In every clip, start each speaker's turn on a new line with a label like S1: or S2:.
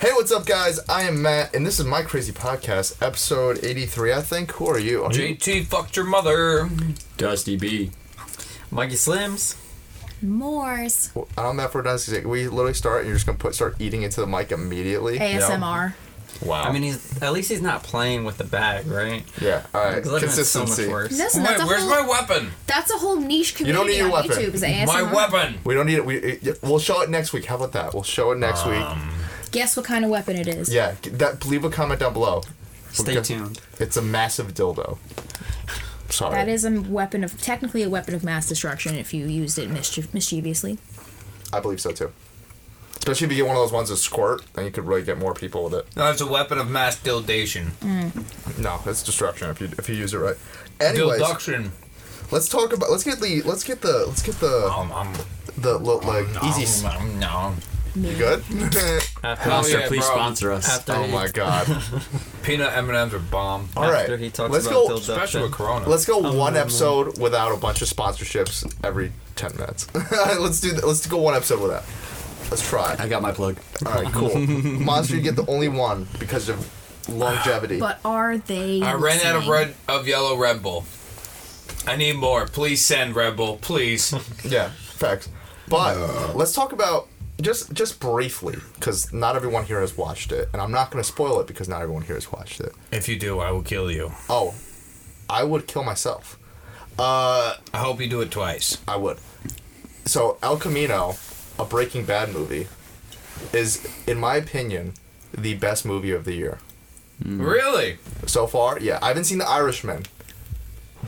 S1: Hey, what's up, guys? I am Matt, and this is my crazy podcast, episode 83, I think. Who are you? Are you-
S2: JT fucked your mother.
S3: Dusty B.
S2: Mikey Slims.
S4: Moors.
S1: I'm Matt for Dynasty. We literally start, and you're just going to put start eating into the mic immediately.
S4: ASMR.
S1: Wow.
S5: I mean, he's at least he's not playing with the bag, right?
S1: yeah, all right.
S5: 'Cause that would've been so much
S1: Consistency.
S5: worse.
S4: Listen,
S2: Wait,
S4: that's a
S2: where's
S4: whole
S2: my weapon?
S4: that's a whole niche
S1: You don't
S4: community
S1: need your
S4: on
S1: weapon.
S4: YouTube. Is ASMR.
S2: My weapon.
S1: we don't need it. We it, we'll show it next week. How about that? We'll show it next
S5: Um.
S1: week.
S4: Guess what kind of weapon it is?
S1: Yeah, g- that. Leave a comment down below.
S5: Stay
S1: Okay.
S5: tuned.
S1: It's a massive dildo. Sorry.
S4: That is a weapon of technically a weapon of mass destruction if you used it mischie- mischievously.
S1: I believe so too. Especially if you get one of those ones that squirt, then you could really get more people with it.
S2: No, it's a weapon of mass dildation.
S1: No, it's destruction if you if you use it right. Anyways,
S2: Dilduction.
S1: let's talk about let's get the let's get the let's get
S3: Oh.
S1: the
S2: Um, um,
S1: the lo- like easy. s-
S2: Um, no.
S1: You good?
S5: After,
S2: Oh,
S3: Master,
S2: yeah,
S3: please
S2: bro.
S3: sponsor us.
S5: after
S1: oh
S5: he,
S1: my god!
S2: Peanut M&Ms are bomb.
S1: All right,
S5: After he talks
S1: let's
S5: about
S1: go.
S5: dildo.
S2: Especially with Corona.
S1: Let's go
S3: Um,
S1: one episode without a bunch of sponsorships every ten minutes. let's do that. Let's go one episode without. Let's try.
S3: I got my plug.
S1: All right, cool. Monster, you get the only one because of longevity.
S4: But are they?
S2: I ran out of
S4: listening?
S2: red of yellow Red Bull. I need more. Please send Red Bull, please.
S1: yeah, facts. But let's talk about just just briefly because not everyone here has watched it, and I'm not going to spoil it because not everyone here has watched it.
S2: if you do, I will kill you.
S1: Oh, I would kill myself.
S2: I hope you do it twice.
S1: I would. So El Camino, a Breaking Bad movie, is in my opinion the best movie of the year
S2: Mm. Really?
S1: so far. Yeah, I haven't seen The Irishman,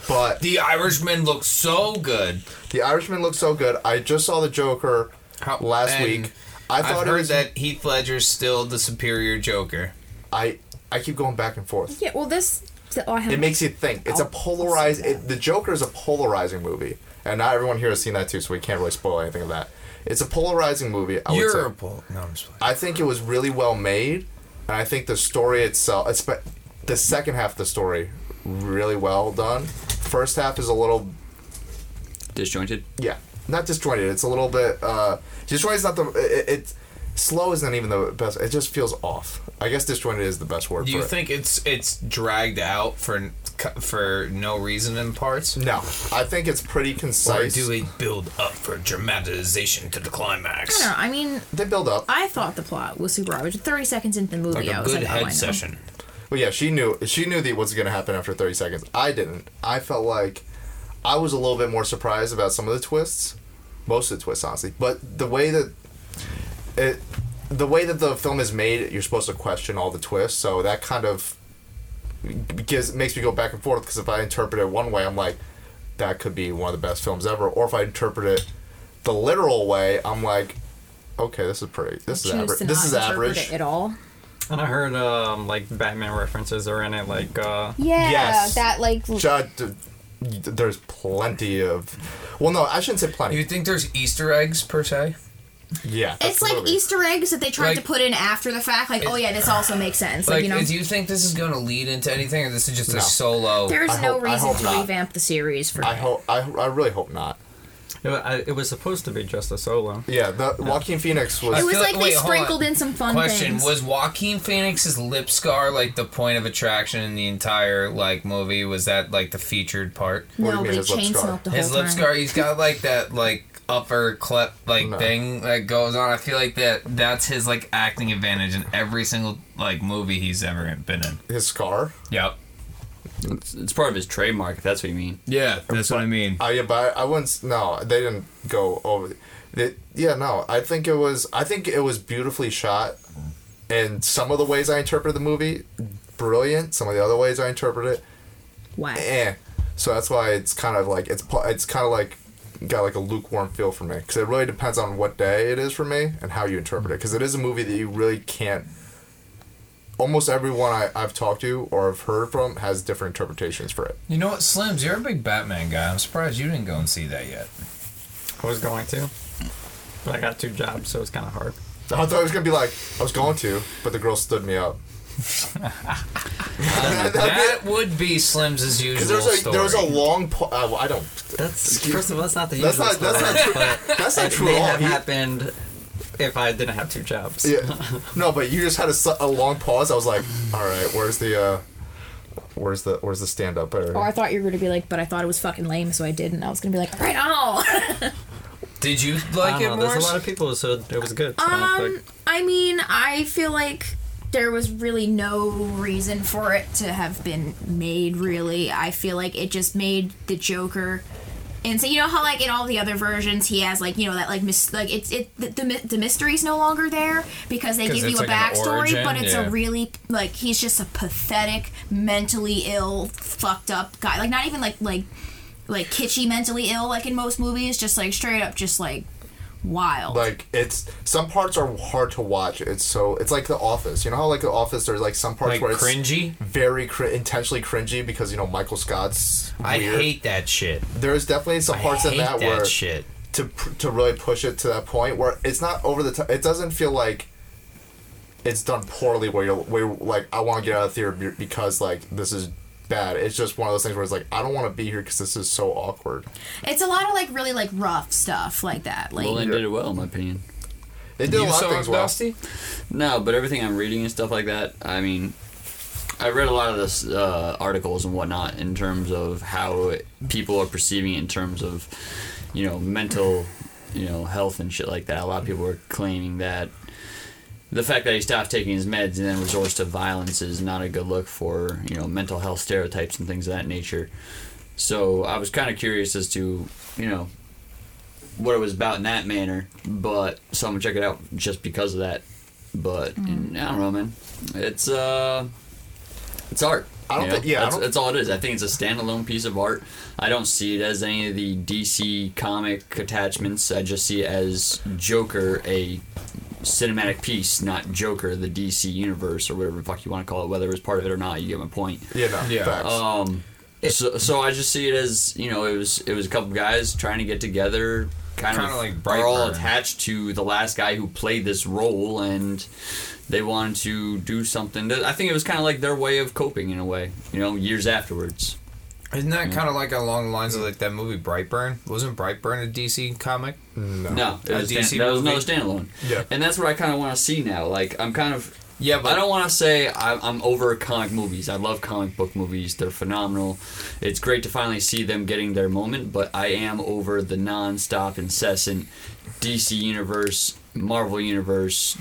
S1: but
S2: The Irishman looks so good.
S1: The Irishman looks so good. I just saw The Joker
S2: How-
S1: last
S2: and
S1: week. I
S2: I've
S1: thought it
S2: heard
S1: was,
S2: that Heath Ledger's still the superior Joker.
S1: I I keep going back and forth.
S4: Yeah. Well, this. so I have,
S1: It makes you think. It's a
S4: I'll-
S1: polarized. It, the Joker is a polarizing movie, and not everyone here has seen that too, so we can't really spoil anything of that. It's a polarizing movie. I would
S2: You're Oh, a
S1: say.
S2: bull. No, I'm just playing.
S1: I think it was really well made, and I think the story itself, espe- the second half of the story, really well done. First half is a little
S3: Disjointed.
S1: yeah, not disjointed. It's a little bit. Uh, disjointed's not the. It, it's slow isn't even the best. It just feels off. I guess disjointed is the best word
S2: Do
S1: for
S2: you
S1: it.
S2: think it's it's dragged out for for no reason in parts?
S1: no, I think it's pretty
S2: Or
S1: concise.
S2: do they build up for dramatization to the climax?
S4: I don't know. I mean,
S1: they build up.
S4: I thought the plot was super obvious. Thirty seconds into the movie,
S2: Like
S4: I
S2: a
S4: was
S2: good
S4: like, oh, I know.
S2: head session.
S1: Well, yeah, she knew. She knew that what's going to happen after thirty seconds. I didn't. I felt like I was a little bit more surprised about some of the twists, most of the twists, honestly. But the way that it, the way that the film is made, you're supposed to question all the twists. So that kind of gives makes me go back and forth because if I interpret it one way, I'm like, that could be one of the best films ever. Or if I interpret it the literal way, I'm like, okay, this is pretty. This is
S4: Choose
S1: average.
S4: to
S1: This
S4: not
S1: is
S4: interpret
S1: average.
S4: it at all.
S5: and I heard um like Batman references are in it, like uh
S4: Yeah.
S1: Yes.
S4: That like.
S1: Ju- d- there's plenty of. Well, no, I shouldn't say
S2: Do
S1: plenty.
S2: you think there's Easter eggs per se?
S1: yeah,
S4: It's like
S1: absolutely.
S4: Easter eggs that they tried
S2: Like-
S4: to put in after the fact. Like, oh yeah, this also makes sense. Like,
S2: Like,
S4: you know,
S2: do you think this is going to lead into anything, or this is just
S1: No.
S2: a solo?
S4: there's
S1: I
S4: no
S1: hope- I
S4: reason
S1: hope
S4: to
S1: not.
S4: revamp the series for.
S1: I hope. I, I really hope not.
S5: it, wa- I, it was supposed to be just a solo.
S1: Yeah, the Joaquin Phoenix was.
S4: it was
S2: feel
S4: like,
S2: like- wait,
S4: they
S2: hold
S4: sprinkled
S2: on.
S4: in some fun
S2: Question:
S4: things.
S2: Was Joaquin Phoenix's lip scar like the point of attraction in the entire like movie? Was that like the featured part?
S1: What do you
S4: no,
S1: mean
S4: but he
S1: his lip
S4: chain
S1: scar?
S4: smoked the
S2: His
S4: whole
S2: lip
S4: time.
S2: scar, he's got like that like upper clip like
S1: No.
S2: thing that goes on. I feel like that that's his like acting advantage in every single like movie he's ever been in.
S1: his scar.
S2: Yep.
S3: It's, it's part of his trademark, if that's what you mean.
S2: Yeah, that's what I mean.
S1: I Uh, yeah, but I, I wouldn't. s- No, they didn't go over. They, yeah, no. I think it was. I think it was beautifully shot, and some of the ways I interpreted the movie, brilliant. Some of the other ways I interpret it,
S4: Whack.
S1: eh. So that's why it's kind of like it's pa- it's kind of like got like a lukewarm feel for me because it really depends on what day it is for me and how you interpret it because it is a movie that you really can't. Almost everyone I, I've talked to or have heard from has different interpretations for it.
S2: You know what, Slims, you're a big Batman guy. I'm surprised you didn't go and see that yet.
S5: I was going to. But I got two jobs, so it's kinda hard.
S1: I thought it was gonna be like I was going to, but the girl stood me up.
S2: Um, That would be Slims' as usual
S1: Because there's a
S2: story.
S1: there was a long. Po- uh, well, I don't.
S5: That's first of all, that's not the
S1: That's
S5: usual
S1: not that's
S5: story,
S1: not true.
S5: but
S1: That's not
S5: like,
S1: true
S5: they
S1: at all.
S5: have
S1: He-
S5: happened if I didn't have two jobs.
S1: Yeah. No, but you just had a, su- a long pause. I was like, all right, where's the, uh, where's the, where's the stand up?
S4: Or Oh, I thought you were going to be like, but I thought it was fucking lame, so I didn't. I was going to be like, right on.
S2: Did you
S5: I
S2: like it
S5: don't know.
S2: more?
S5: There's a lot of people who said it was good. Uh, So I was
S4: Um,
S5: like,
S4: I mean, I feel like there was really no reason for it to have been made. Really, I feel like it just made the Joker. And so you know how like in all the other versions he has like you know that like mis- like it's it the, the, my- the mystery's no longer there because they
S2: 'Cause
S4: give you
S2: it's
S4: a
S2: like an
S4: backstory
S2: origin,
S4: but it's
S2: yeah.
S4: a really like he's just a pathetic mentally ill fucked up guy like not even like like like kitschy mentally ill like in most movies just like straight up just like wild
S1: like it's some parts are hard to watch. It's so it's like The Office. You know how like The Office, there's like some parts
S2: like
S1: where it's
S2: cringy.
S1: very cr- intentionally cringy because you know Michael Scott's. Weird.
S2: I hate that shit.
S1: There's definitely some parts
S2: I
S1: in
S2: hate
S1: that,
S2: that,
S1: where
S2: shit.
S1: to pr- to really push it to that point where it's not over the top. It doesn't feel like it's done poorly. Where you're where you're like I want to get out of theater be- because like this is bad. It's just one of those things where it's like I don't want to be here because this is so awkward.
S4: It's a lot of like really like rough stuff like that. Like
S3: Well, did it well, in my opinion.
S1: They did a
S2: you
S1: lot
S2: saw
S1: of things
S2: it,
S1: well.
S2: Dusty?
S3: No, but everything I'm reading and stuff like that, I mean, I read a lot of this uh, articles and whatnot in terms of how it, people are perceiving it in terms of, you know, mental, you know, health and shit like that. A lot of people are claiming that the fact that he stopped taking his meds and then resorts to violence is not a good look for you know mental health stereotypes and things of that nature. So I was kind of curious as to you know what it was about in that manner, but so I'm gonna check it out just because of that. But and I don't know, man. It's uh, it's art.
S1: I don't
S3: you
S1: think-
S3: know?
S1: yeah, I
S3: that's,
S1: don't-
S3: that's all it is. I think it's a standalone piece of art. I don't see it as any of the DC comic attachments. I just see it as Joker, a cinematic piece, not Joker, the DC universe or whatever the fuck you want to call it, whether it was part of it or not. You get my point.
S1: Yeah, no,
S2: Yeah.
S1: facts.
S3: Um, so, so I just see it as you know, it was it was a couple guys trying to get together, kind
S2: Kinda
S3: of
S2: like
S3: are all
S2: Brightburn.
S3: attached to the last guy who played this role, and they wanted to do something. That, I think it was kind of like their way of coping in a way, you know, years afterwards.
S2: Isn't that kind of like along the lines of like that movie Brightburn? Wasn't Brightburn a DC comic?
S3: No, it
S2: A
S3: was
S2: DC
S3: stan- that was
S2: movie?
S3: another standalone.
S1: Yeah.
S3: and that's what I kind of want to see now. Like I'm kind of
S2: Yeah,
S3: I don't want to say I'm, I'm over comic movies. I love comic book movies. They're phenomenal. It's great to finally see them getting their moment, but I am over the non-stop, incessant DC universe, Marvel universe.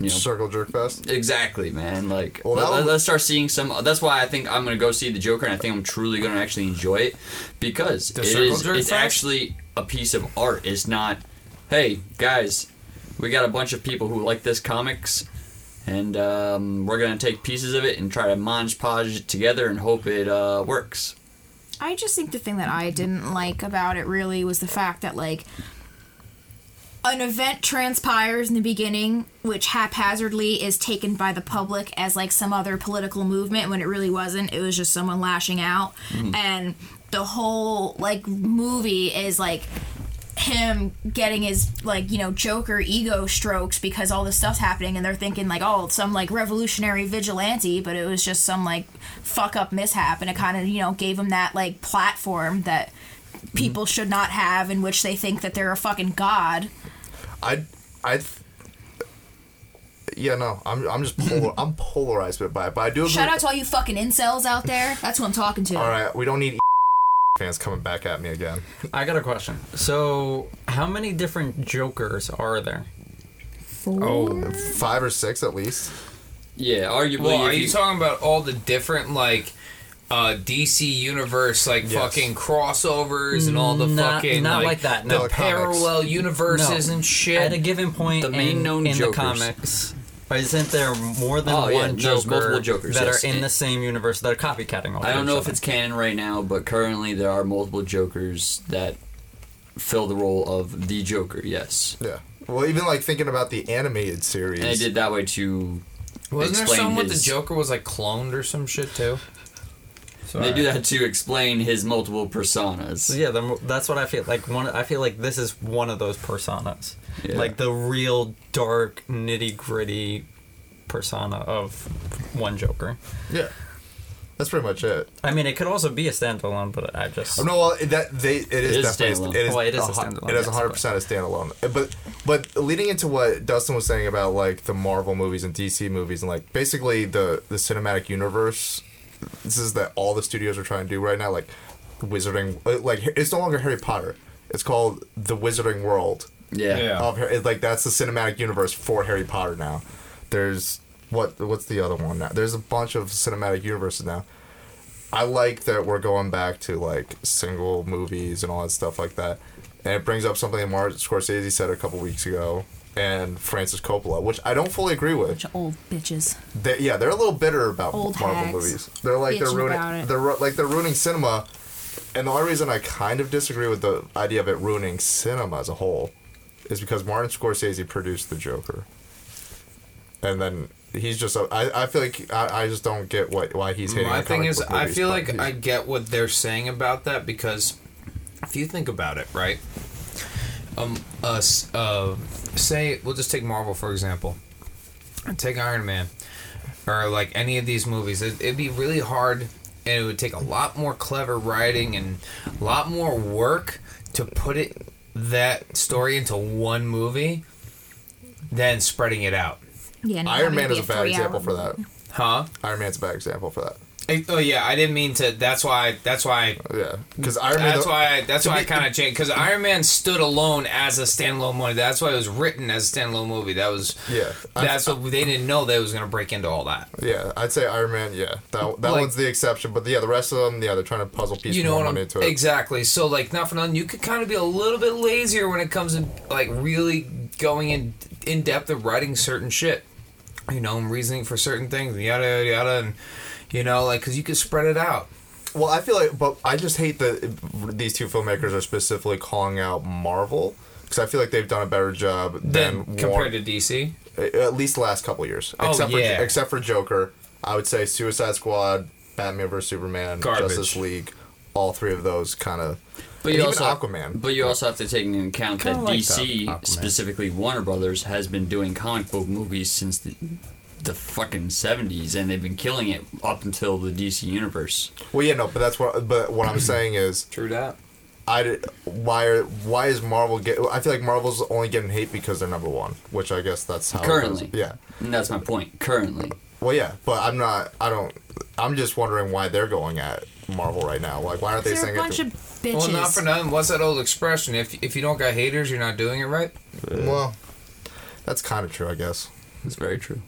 S3: You know,
S1: Circle jerk fest.
S3: exactly, man. Like,
S1: Well, that
S3: let,
S1: one-
S3: us start seeing some. That's why I think I'm gonna go see the Joker, and I think I'm truly gonna actually enjoy it because
S2: The
S3: it
S2: circle
S3: is.
S2: jerk
S3: It's
S2: fest?
S3: actually a piece of art. It's not. Hey guys, we got a bunch of people who like this comics, and um, we're gonna take pieces of it and try to montage podge it together and hope it uh, works.
S4: I just think the thing that I didn't like about it really was the fact that like an event transpires in the beginning which haphazardly is taken by the public as like some other political movement when it really wasn't it was just someone lashing out and the whole like movie is like him getting his like you know joker ego strokes because all this stuff's happening and they're thinking like oh it's some like revolutionary vigilante but it was just some like fuck up mishap and it kind of you know gave him that like platform that people should not have in which they think that they're a fucking god
S1: I, I. Yeah, no, I'm, I'm just polar, I'm polarized a bit by it, but I do agree.
S4: shout out to all you fucking incels out there that's who i'm talking to
S1: All right, we don't need fans coming back at me again.
S5: I got a question. So, how many different Jokers are there?
S2: Oh,
S1: Five or six at least.
S3: Yeah, arguably.
S2: well, are
S3: if
S2: you
S3: you-
S2: talking about all the different like uh, DC universe like fucking crossovers and all the
S5: Not-
S2: fucking
S5: not
S2: like,
S5: like that,
S2: the
S5: no.
S2: parallel universes
S5: No.
S2: and shit?
S5: At a given point,
S3: The main
S5: in,
S3: known
S5: in the
S3: Jokers.
S5: comics, isn't there more than
S3: Oh,
S5: one
S3: yeah,
S5: Joker
S3: there's multiple Jokers,
S5: that
S3: yes.
S5: are in
S3: It-
S5: the same universe that are copycatting? All
S3: I don't know if
S5: it's.
S3: it's canon right now, but currently there are multiple Jokers that fill the role of the Joker. Yes,
S1: Yeah. Well, even like thinking about the animated series.
S3: and I did that way to.
S2: Wasn't there
S3: explain
S2: someone
S3: his-
S2: the Joker was like cloned or some shit too?
S3: They do that to explain his multiple personas.
S5: Yeah, the, that's what I feel like. One, I feel like this is one of those personas,
S3: Yeah.
S5: like the real dark, nitty gritty persona of one Joker.
S1: Yeah. That's That's pretty much it. Oh,
S5: I mean, it could also be a standalone, but I just.
S1: No, well, it- that they it is,
S3: It is
S1: definitely
S3: standalone.
S1: it is,
S5: Well, it is a
S1: hu-
S5: standalone,
S1: It is
S5: yes,
S1: one hundred percent a standalone. Uh, But but leading into what Dustin was saying about like the Marvel movies and DC movies and like basically the the cinematic universe. This is that all the studios are trying to do right now, like Wizarding. uh, Like it's no longer Harry Potter. It's called the Wizarding World.
S3: Yeah.
S2: Yeah.
S1: Of Har- it's like that's the cinematic universe for Harry Potter now. There's what what's the other one now? There's a bunch of cinematic universes now. I like that we're going back to like single movies and all that stuff like that. And it brings up something that Martin Scorsese said a couple weeks ago and Francis Coppola, which I don't fully agree with.
S4: Bunch of old bitches.
S1: They, yeah, they're a little bitter about
S4: Old
S1: Marvel
S4: hags
S1: movies. They're like they're
S4: bitching about
S1: ruining
S4: it.
S1: they're ru- like they're ruining cinema. And the only reason I kind of disagree with the idea of it ruining cinema as a whole is because Martin Scorsese produced The Joker. And then he's just a- I I feel like I, I just don't get what why he's hating.
S2: My
S1: on
S2: thing
S1: comic
S2: is,
S1: book
S2: I
S1: movies,
S2: feel
S1: but
S2: like
S1: he's-
S2: I get what they're saying about that because if you think about it, right? Um, us, uh, say we'll just take Marvel for example. Take Iron Man, or like any of these movies. It, it'd be really hard, and it would take a lot more clever writing and a lot more work to put it that story into one movie than spreading it out,
S4: Yeah, and it
S1: Iron
S4: probably
S1: Man
S4: be
S1: is a bad
S4: three-hour
S1: example for that.
S2: huh?
S1: Iron Man's a bad example for that.
S2: I, oh yeah, I didn't mean to. That's why. That's why
S1: Yeah, because Iron Man.
S2: That's
S1: the-
S2: why. That's
S1: to
S2: why
S1: me-
S2: I kind of changed because Iron Man stood alone as a standalone movie. That's why it was written as a standalone movie. That was.
S1: Yeah.
S2: That's what they didn't know they was gonna break into all that.
S1: Yeah, I'd say Iron Man. Yeah, that, that
S2: Like-
S1: one's the exception. But yeah, the rest of them, yeah, they're trying to puzzle piece
S2: You know
S1: more
S2: what I'm
S1: money into it.
S2: exactly. So like not for nothing, you could kind of be a little bit lazier when it comes to like really going in in depth of writing certain shit. You know, and reasoning for certain things, yada yada yada, and you know, like because you could spread it out.
S1: Well, I feel like, but I just hate that these two filmmakers are specifically calling out Marvel because I feel like they've done a better job
S2: Then
S1: than
S2: compared to DC,
S1: to at least the last couple years.
S2: Oh,
S1: except
S2: yeah.
S1: for except for Joker, I would say Suicide Squad, Batman vs Superman,
S2: Garbage.
S1: Justice League, all three of those kind of.
S3: But
S1: And
S3: you
S1: even
S3: also
S1: Aquaman.
S3: But you also have to take into account
S2: Kinda
S3: that
S2: like
S3: DC,
S2: that Aquaman.
S3: specifically Warner Brothers, has been doing comic book movies since the, the fucking seventies, and they've been killing it up until the DC universe.
S1: Well, yeah, no, but that's what. But what I'm saying is,
S2: true that.
S1: I did- why are why is Marvel get? I feel like Marvel's only getting hate because they're number one, which I guess that's how it goes.
S3: Currently.
S1: yeah.
S3: And that's my point. Currently,
S1: Well, yeah, but I'm not. I don't. I'm just wondering why they're going at Marvel right now. Like, why aren't they
S4: They're
S1: saying
S4: a bunch
S1: it?
S4: of bitches.
S2: Well, not for nothing. What's that old expression? If if you don't got haters, you're not doing it right.
S1: To, well, that's kind of true, I guess.
S3: that's very true.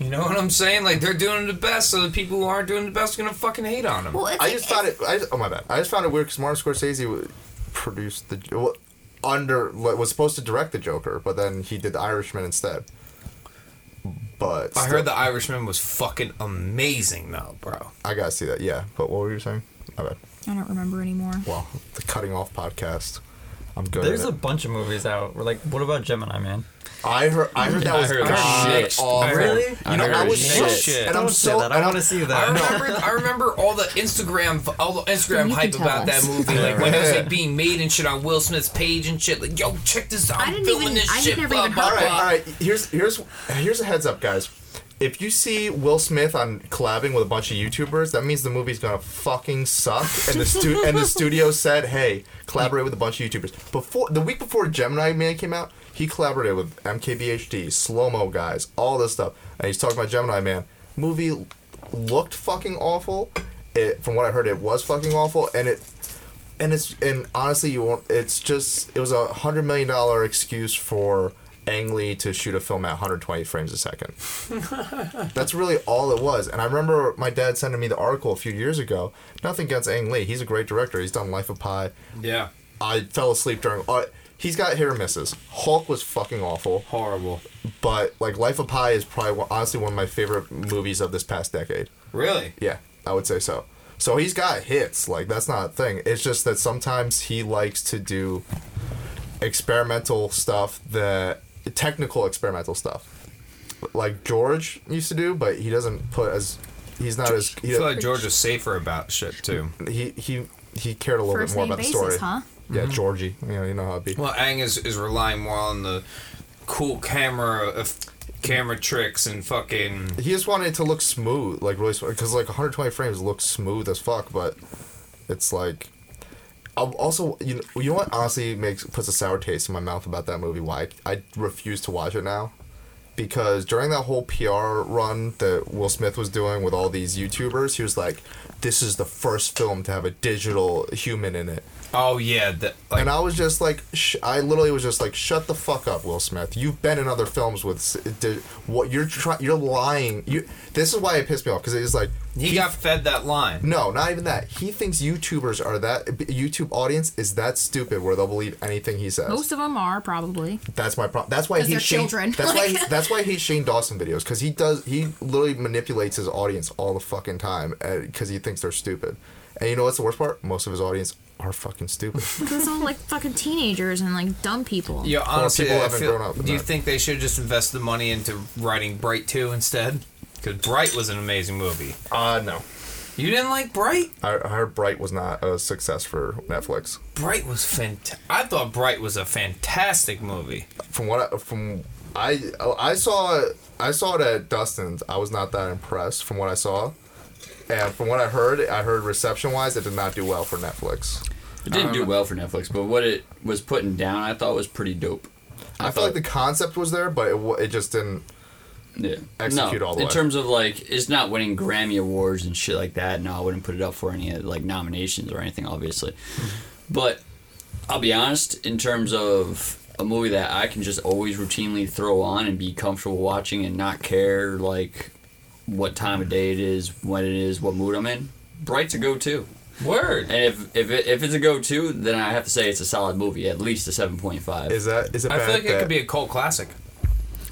S2: You know what I'm saying? Like they're doing the best, so the people who aren't doing the best are gonna fucking hate on them.
S4: Well, it's
S1: I
S4: like-
S1: just found it. I just, oh my bad. I just found it weird because Martin Scorsese w- produced the well, under like, was supposed to direct the Joker, but then he did The Irishman instead. But
S2: I
S1: still-
S2: heard The Irishman was fucking amazing, though, bro.
S1: I gotta see that. Yeah, but what were you saying? My bad.
S4: I don't remember anymore.
S1: Well, the cutting off podcast. I'm good.
S5: There's
S1: at
S5: a
S1: it.
S5: bunch of movies out. Like, what about Gemini Man?
S1: I heard. I heard that
S2: I
S1: was
S2: heard
S1: god
S3: shit.
S1: awful.
S2: I heard- Really?
S1: You know,
S3: heard
S1: I was
S2: shit.
S1: so
S2: Shit.
S1: and I'm
S5: Don't say
S1: so.
S5: that.
S1: and
S5: I
S1: I'm-
S5: want to see
S2: I
S5: that.
S2: remember, I remember all the Instagram, all the Instagram
S4: You can
S2: hype
S4: tell
S2: about
S4: us.
S2: that movie, like when it was like being made and shit on Will Smith's page and shit. Like, yo, check this out.
S4: I
S2: I'm
S4: didn't
S2: filming
S4: even-
S2: this
S4: I
S2: shit.
S4: never
S2: blah,
S4: even
S2: blah,
S1: All right,
S2: blah.
S1: all right. Here's here's here's a heads up, guys. If you see Will Smith on collabing with a bunch of YouTubers, that means the movie's gonna fucking suck. And the stu- and the studio said, "Hey, collaborate with a bunch of YouTubers." Before the week before Gemini Man came out, he collaborated with MKBHD, Slow Mo guys, all this stuff, and he's talking about Gemini Man. Movie looked fucking awful. It, from what I heard, it was fucking awful, and it and it's and honestly, you won't. It's just it was a hundred million dollar excuse for Ang Lee to shoot a film at 120 frames a second. That's really all it was. And I remember my dad sending me the article a few years ago. Nothing against Ang Lee. He's a great director. He's done Life of Pi.
S2: Yeah,
S1: I fell asleep during. Uh, he's got hit or misses. Hulk was fucking awful,
S2: horrible.
S1: but like Life of Pi is probably one- honestly one of my favorite movies of this past decade.
S2: Really?
S1: Yeah, I would say so. So he's got hits. Like that's not a thing. It's just that sometimes he likes to do experimental stuff, the technical experimental stuff, like George used to do, but he doesn't put as he's not as
S2: I
S1: he,
S2: feel like George was safer about shit too.
S1: he he he cared a little
S4: First
S1: bit more
S4: name
S1: about
S4: basis,
S1: the story.
S4: huh?
S1: Yeah, Georgie. You know, you know how it be.
S2: Well, Ang is, is relying more on the cool camera of camera tricks and fucking
S1: He just wanted it to look smooth, like really smooth, because like 120 frames looks smooth as fuck, but it's like. I'll also, you know, you know what honestly makes puts a sour taste in my mouth about that movie. Why I, I refuse to watch it now, because during that whole PR run that Will Smith was doing with all these YouTubers, he was like, "This is the first film to have a digital human in it,"
S2: oh yeah the, like,
S1: and I was just like, sh- I literally was just like, "Shut the fuck up, Will Smith. You've been in other films with s- di- what you're trying. You're lying. You. This is why it pissed me off because it is like
S2: he got fed that line
S1: no, not even that. He thinks YouTubers are that YouTube audience is that stupid where they'll believe anything he says.
S4: Most of them are probably.
S1: That's my problem. That's why
S4: 'Cause
S1: he's
S4: they're
S1: Shane.
S4: children.
S1: That's why
S4: Like-
S1: he- that's why he's Shane Dawson videos because he does he literally manipulates his audience all the fucking time because he thinks they're stupid. And you know what's the worst part? Most of his audience are fucking stupid.
S4: Because all like fucking teenagers and like dumb people.
S2: yeah honestly
S1: people
S2: I
S1: haven't
S2: feel,
S1: grown up in
S2: do you
S1: that.
S2: think they should just invest the money into writing Bright 2 instead because Bright was an amazing movie
S1: uh no.
S2: you didn't like Bright
S1: I, I heard Bright was not a success for Netflix.
S2: Bright was fant. I thought Bright was a fantastic movie
S1: From what I, from I I saw I saw it at Dustin's. I was not that impressed from what I saw, and from what I heard, I heard reception wise, it did not do well for Netflix.
S3: It didn't do well for Netflix, but what it was putting down, I thought was pretty dope.
S1: I, feel like the concept was there, but it, wa- it just didn't.
S3: yeah.
S1: execute
S3: no,
S1: all the
S3: in
S1: way.
S3: terms of like it's not winning Grammy awards and shit like that. No, I wouldn't put it up for any like nominations or anything, obviously.
S1: Mm-hmm.
S3: but I'll be honest, in terms of a movie that I can just always routinely throw on and be comfortable watching and not care like what time of day it is, when it is, what mood I'm in. Bright's a go-to,
S2: word
S3: and if if, it, if it's a go-to, then I have to say it's a solid movie, at least a seven point five.
S1: Is that is it?
S2: I
S1: bad
S2: feel like it
S1: that-
S2: could be a cult classic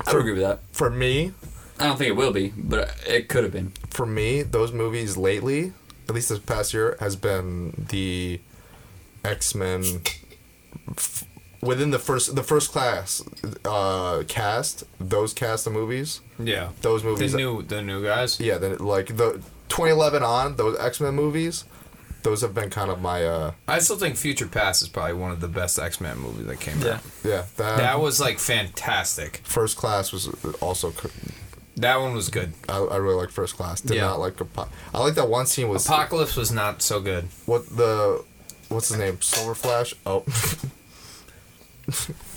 S3: I would agree with that.
S1: for me.
S3: I don't think it will be, but it could have been.
S1: For me, those movies lately, at least this past year, has been the X Men. f- Within the first the first class uh, cast, those cast of movies,
S2: yeah
S1: those
S2: the
S1: movies
S2: new the new guys
S1: yeah, then like the 2011 on those X Men movies, those have been kind of my uh
S2: I still think Future Past is probably one of the best X Men movies that came
S5: Yeah.
S2: out.
S1: yeah that,
S2: That was like fantastic.
S1: first class was also c-
S2: That one was good.
S1: I, I really like first class did
S2: Yeah.
S1: not like Apo- I like that one scene with
S2: Apocalypse was not so good.
S1: what the what's his name Silver Flash oh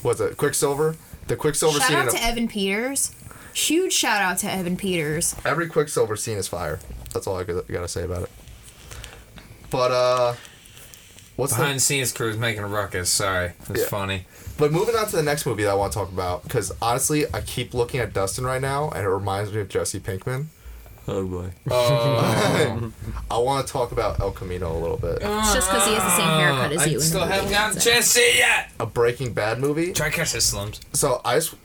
S1: what's it Quicksilver the Quicksilver
S4: Shout
S1: scene in
S4: out
S1: a-
S4: to Evan Peters. Huge shout out to Evan Peters.
S1: every Quicksilver scene is fire that's all I got- gotta say about it but uh what's the
S2: Behind the scenes crew was making a ruckus. Sorry, it was
S1: Yeah.
S2: funny.
S1: But moving on to the next movie that I want to talk about, because honestly, I keep looking at Dustin right now, and it reminds me of Jesse Pinkman.
S3: Oh boy.
S1: I want to talk about El Camino a little bit.
S4: It's just because he has the same haircut as
S2: I
S4: you. in the
S2: still
S4: movie,
S2: haven't gotten a
S4: so.
S2: chance to see it yet.
S1: A Breaking Bad movie.
S2: Try catch the slums.
S1: So I. s-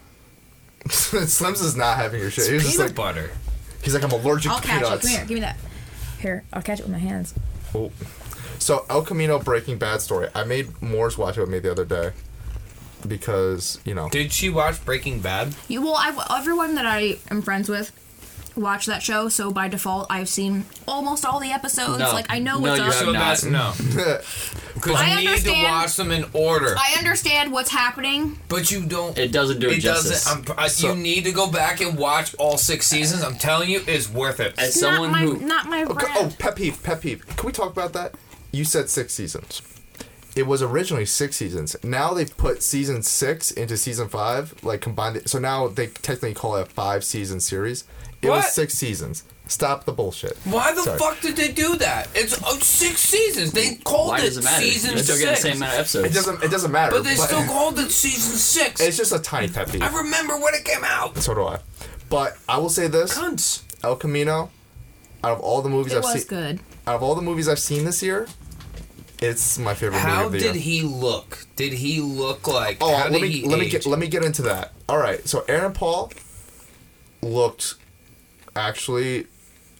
S1: Slims is not having your shit. He's
S2: Peanut
S1: just like
S2: butter.
S1: he's like I'm allergic
S4: I'll
S1: to
S4: catch it.
S1: peanuts.
S4: Come here. Give me that. Here, I'll catch it with my hands.
S1: Oh. So El Camino Breaking Bad story. I made Moore's watch it with me the other day because you know
S2: Did she watch Breaking Bad?
S4: You well, I've, everyone that I am friends with watch that show, so by default, I've seen almost all the episodes.
S3: No.
S4: Like I know
S3: No,
S4: what's
S3: you
S4: up.
S3: have
S2: So
S3: not.
S2: that's no. Uh, Because
S4: I
S2: you need to
S4: understand.
S2: watch them in order.
S4: I understand what's happening.
S2: but you don't.
S3: It doesn't do it,
S2: It
S3: justice.
S2: doesn't. I'm, I,
S1: So-
S2: you need to go back and watch all six seasons. I'm telling you, it's worth it.
S3: As
S4: Not
S3: someone
S4: my,
S3: who
S4: not my
S1: Okay,
S4: friend.
S1: oh, pet peeve, pet peeve. Can we talk about that? You said six seasons. It was originally six seasons. Now they put season six into season five, like combined it. So now they technically call it a five season series. It was
S2: What?
S1: six seasons. Stop the bullshit.
S2: Why the
S1: Sorry.
S2: fuck did they do that? It's uh, six seasons. They called
S3: why
S2: it
S3: does it matter?
S2: season
S3: You're still getting
S2: six,
S3: the same amount of episodes.
S1: It doesn't. It doesn't matter.
S2: but they still called it season six.
S1: It's just a tiny pet peeve.
S2: I remember when it came out.
S1: so do I. But I will say this:
S2: Cunts.
S1: El Camino. Out of all the movies
S4: it
S1: I've
S4: was
S1: seen,
S4: good.
S1: out of all the movies I've seen this year, it's my favorite movie
S2: How
S1: of the year.
S2: did he look? Did he look like?
S1: Oh,
S2: how
S1: let
S2: did
S1: me
S2: he
S1: let me
S2: age?
S1: get let me get into that. All right, so Aaron Paul looked actually.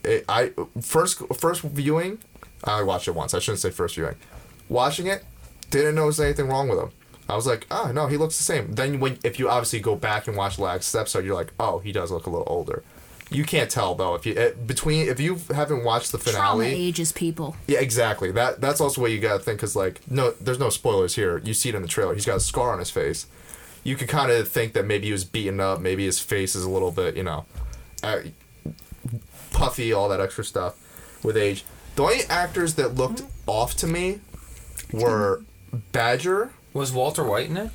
S1: It, I first first viewing, I only watched it once. I shouldn't say first viewing. Watching it, didn't notice anything wrong with him. I was like, oh no, he looks the same. Then when if you obviously go back and watch last episode, you're like, oh, he does look a little older. You can't tell though if you it, between if you haven't watched the
S4: Trauma
S1: finale.
S4: ages people.
S1: Yeah, exactly. That that's also what you gotta think, cause like no, there's no spoilers here. You see it in the trailer. He's got a scar on his face. you could kind of think that maybe he was beaten up, maybe his face is a little bit, you know, uh, puffy, all that extra stuff with age. The only actors that looked off to me were Badger.
S2: Was Walter White in it?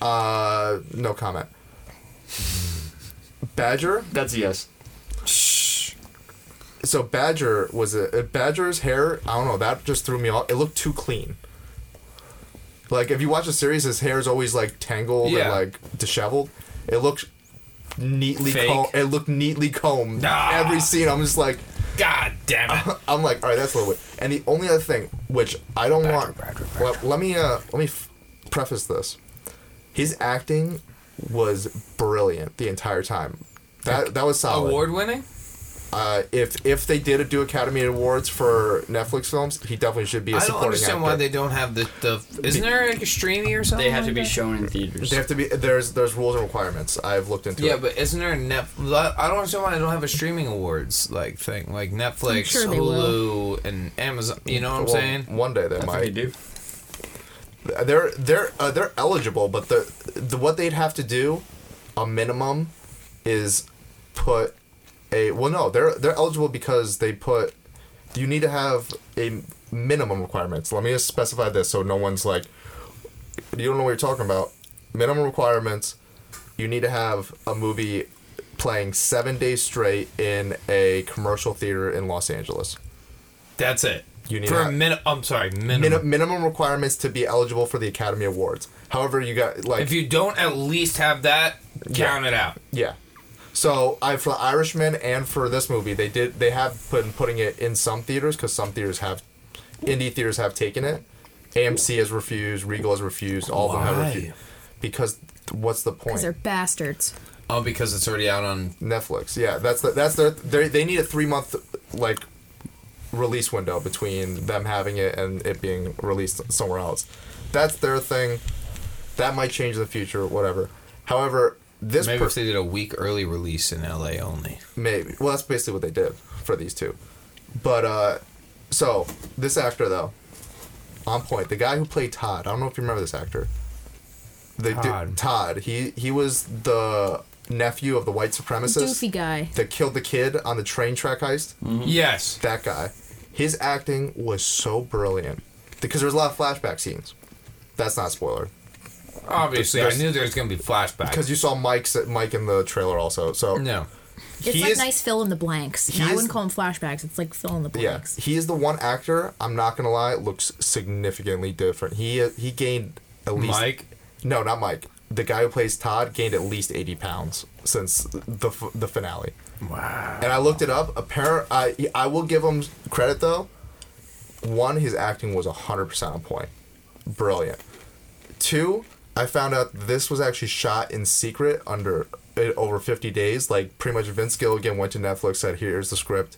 S1: Uh, no comment. Badger.
S3: That's a yes.
S1: So Badger was a uh, Badger's hair. I don't know. That just threw me off. It looked too clean. Like if you watch the series, his hair is always like tangled
S2: Yeah.
S1: and like disheveled. It looked neatly
S2: Fake.
S1: combed. It looked neatly combed.
S2: Ah.
S1: Every scene, I'm just like,
S2: God damn it!
S1: I'm like, all right, that's a little weird. And the only other thing, which I don't want,
S2: Badger,
S1: Let, let me uh, let me f- preface this. His acting was brilliant the entire time. That that was solid.
S2: Award winning?
S1: Uh, if if they did do Academy Awards for Netflix films, he definitely should be a
S2: I don't
S1: supporting
S2: understand
S1: actor.
S2: why they don't have the the. Isn't there like a streamy or something?
S3: They have to
S2: like
S3: be
S2: that?
S3: shown in theaters.
S1: They have to be there's there's rules and requirements. I've looked into
S2: Yeah,
S1: it.
S2: but isn't there a net? I don't understand why I don't have a streaming awards like thing like Netflix,
S4: sure they
S2: Hulu, and Amazon. You know what I'm
S1: Well,
S2: saying?
S1: One day they
S3: I think
S1: might.
S3: they do.
S1: they're they're uh, they're eligible, but the, the what they'd have to do, a minimum, is put a well no they're they're eligible because they put you need to have a minimum requirements. Let me just specify this so no one's like you don't know what you're talking about. Minimum requirements, you need to have a movie playing seven days straight in a commercial theater in Los Angeles.
S2: That's it.
S1: You need
S2: for
S1: to-
S2: a minute. I'm sorry, minimum.
S1: Min- minimum requirements to be eligible for the Academy Awards. However, you got like
S2: If you don't at least have that, count it out.
S1: Yeah. So I for Irishman and for this movie, they did they have been putting it in some theaters because some theaters have, indie theaters have taken it. AMC has refused. Regal has refused. All of them
S2: Why?
S1: have refused. Because what's the
S4: Because
S1: point?
S4: they're bastards.
S2: Oh, because it's already out on.
S1: Netflix. Yeah, that's the, that's their they they need a three month like release window between them having it and it being released somewhere else. That's their thing. That might change in the future. Whatever. However, this
S2: Maybe
S1: per-
S2: if they did a week early release in LA only.
S1: Maybe. Well, that's basically what they did for these two. But uh so this actor though, on point. The guy who played Todd. I don't know if you remember this actor. The Todd.
S2: Todd.
S1: Todd. He he was the nephew of the white supremacist
S4: Doofy guy.
S1: that killed the kid on the train track heist.
S2: Mm. Yes.
S1: That guy. His acting was so brilliant because there was a lot of flashback scenes. That's not a spoiler
S2: Obviously, I
S1: There's-
S2: knew there was going to be flashbacks.
S1: because you saw Mike's Mike in the trailer also. So
S2: No.
S4: It's
S1: he
S4: like
S1: is-
S4: nice fill in the blanks.
S1: he
S4: I
S1: is-
S4: wouldn't call them flashbacks. It's like fill in the
S1: Yeah,
S4: blanks.
S1: he is the one actor. I'm not gonna lie, looks significantly different. He he gained at least
S2: Mike?
S1: No, not Mike. The guy who plays Todd gained at least 80 pounds since the f- the finale.
S2: Wow.
S1: And I looked it up. Apparent, I I will give him credit though. One, his acting was 100 percent on point, brilliant. Two, I found out this was actually shot in secret under uh, over 50 days. Like pretty much Vince Gilligan went to Netflix, said here's the script.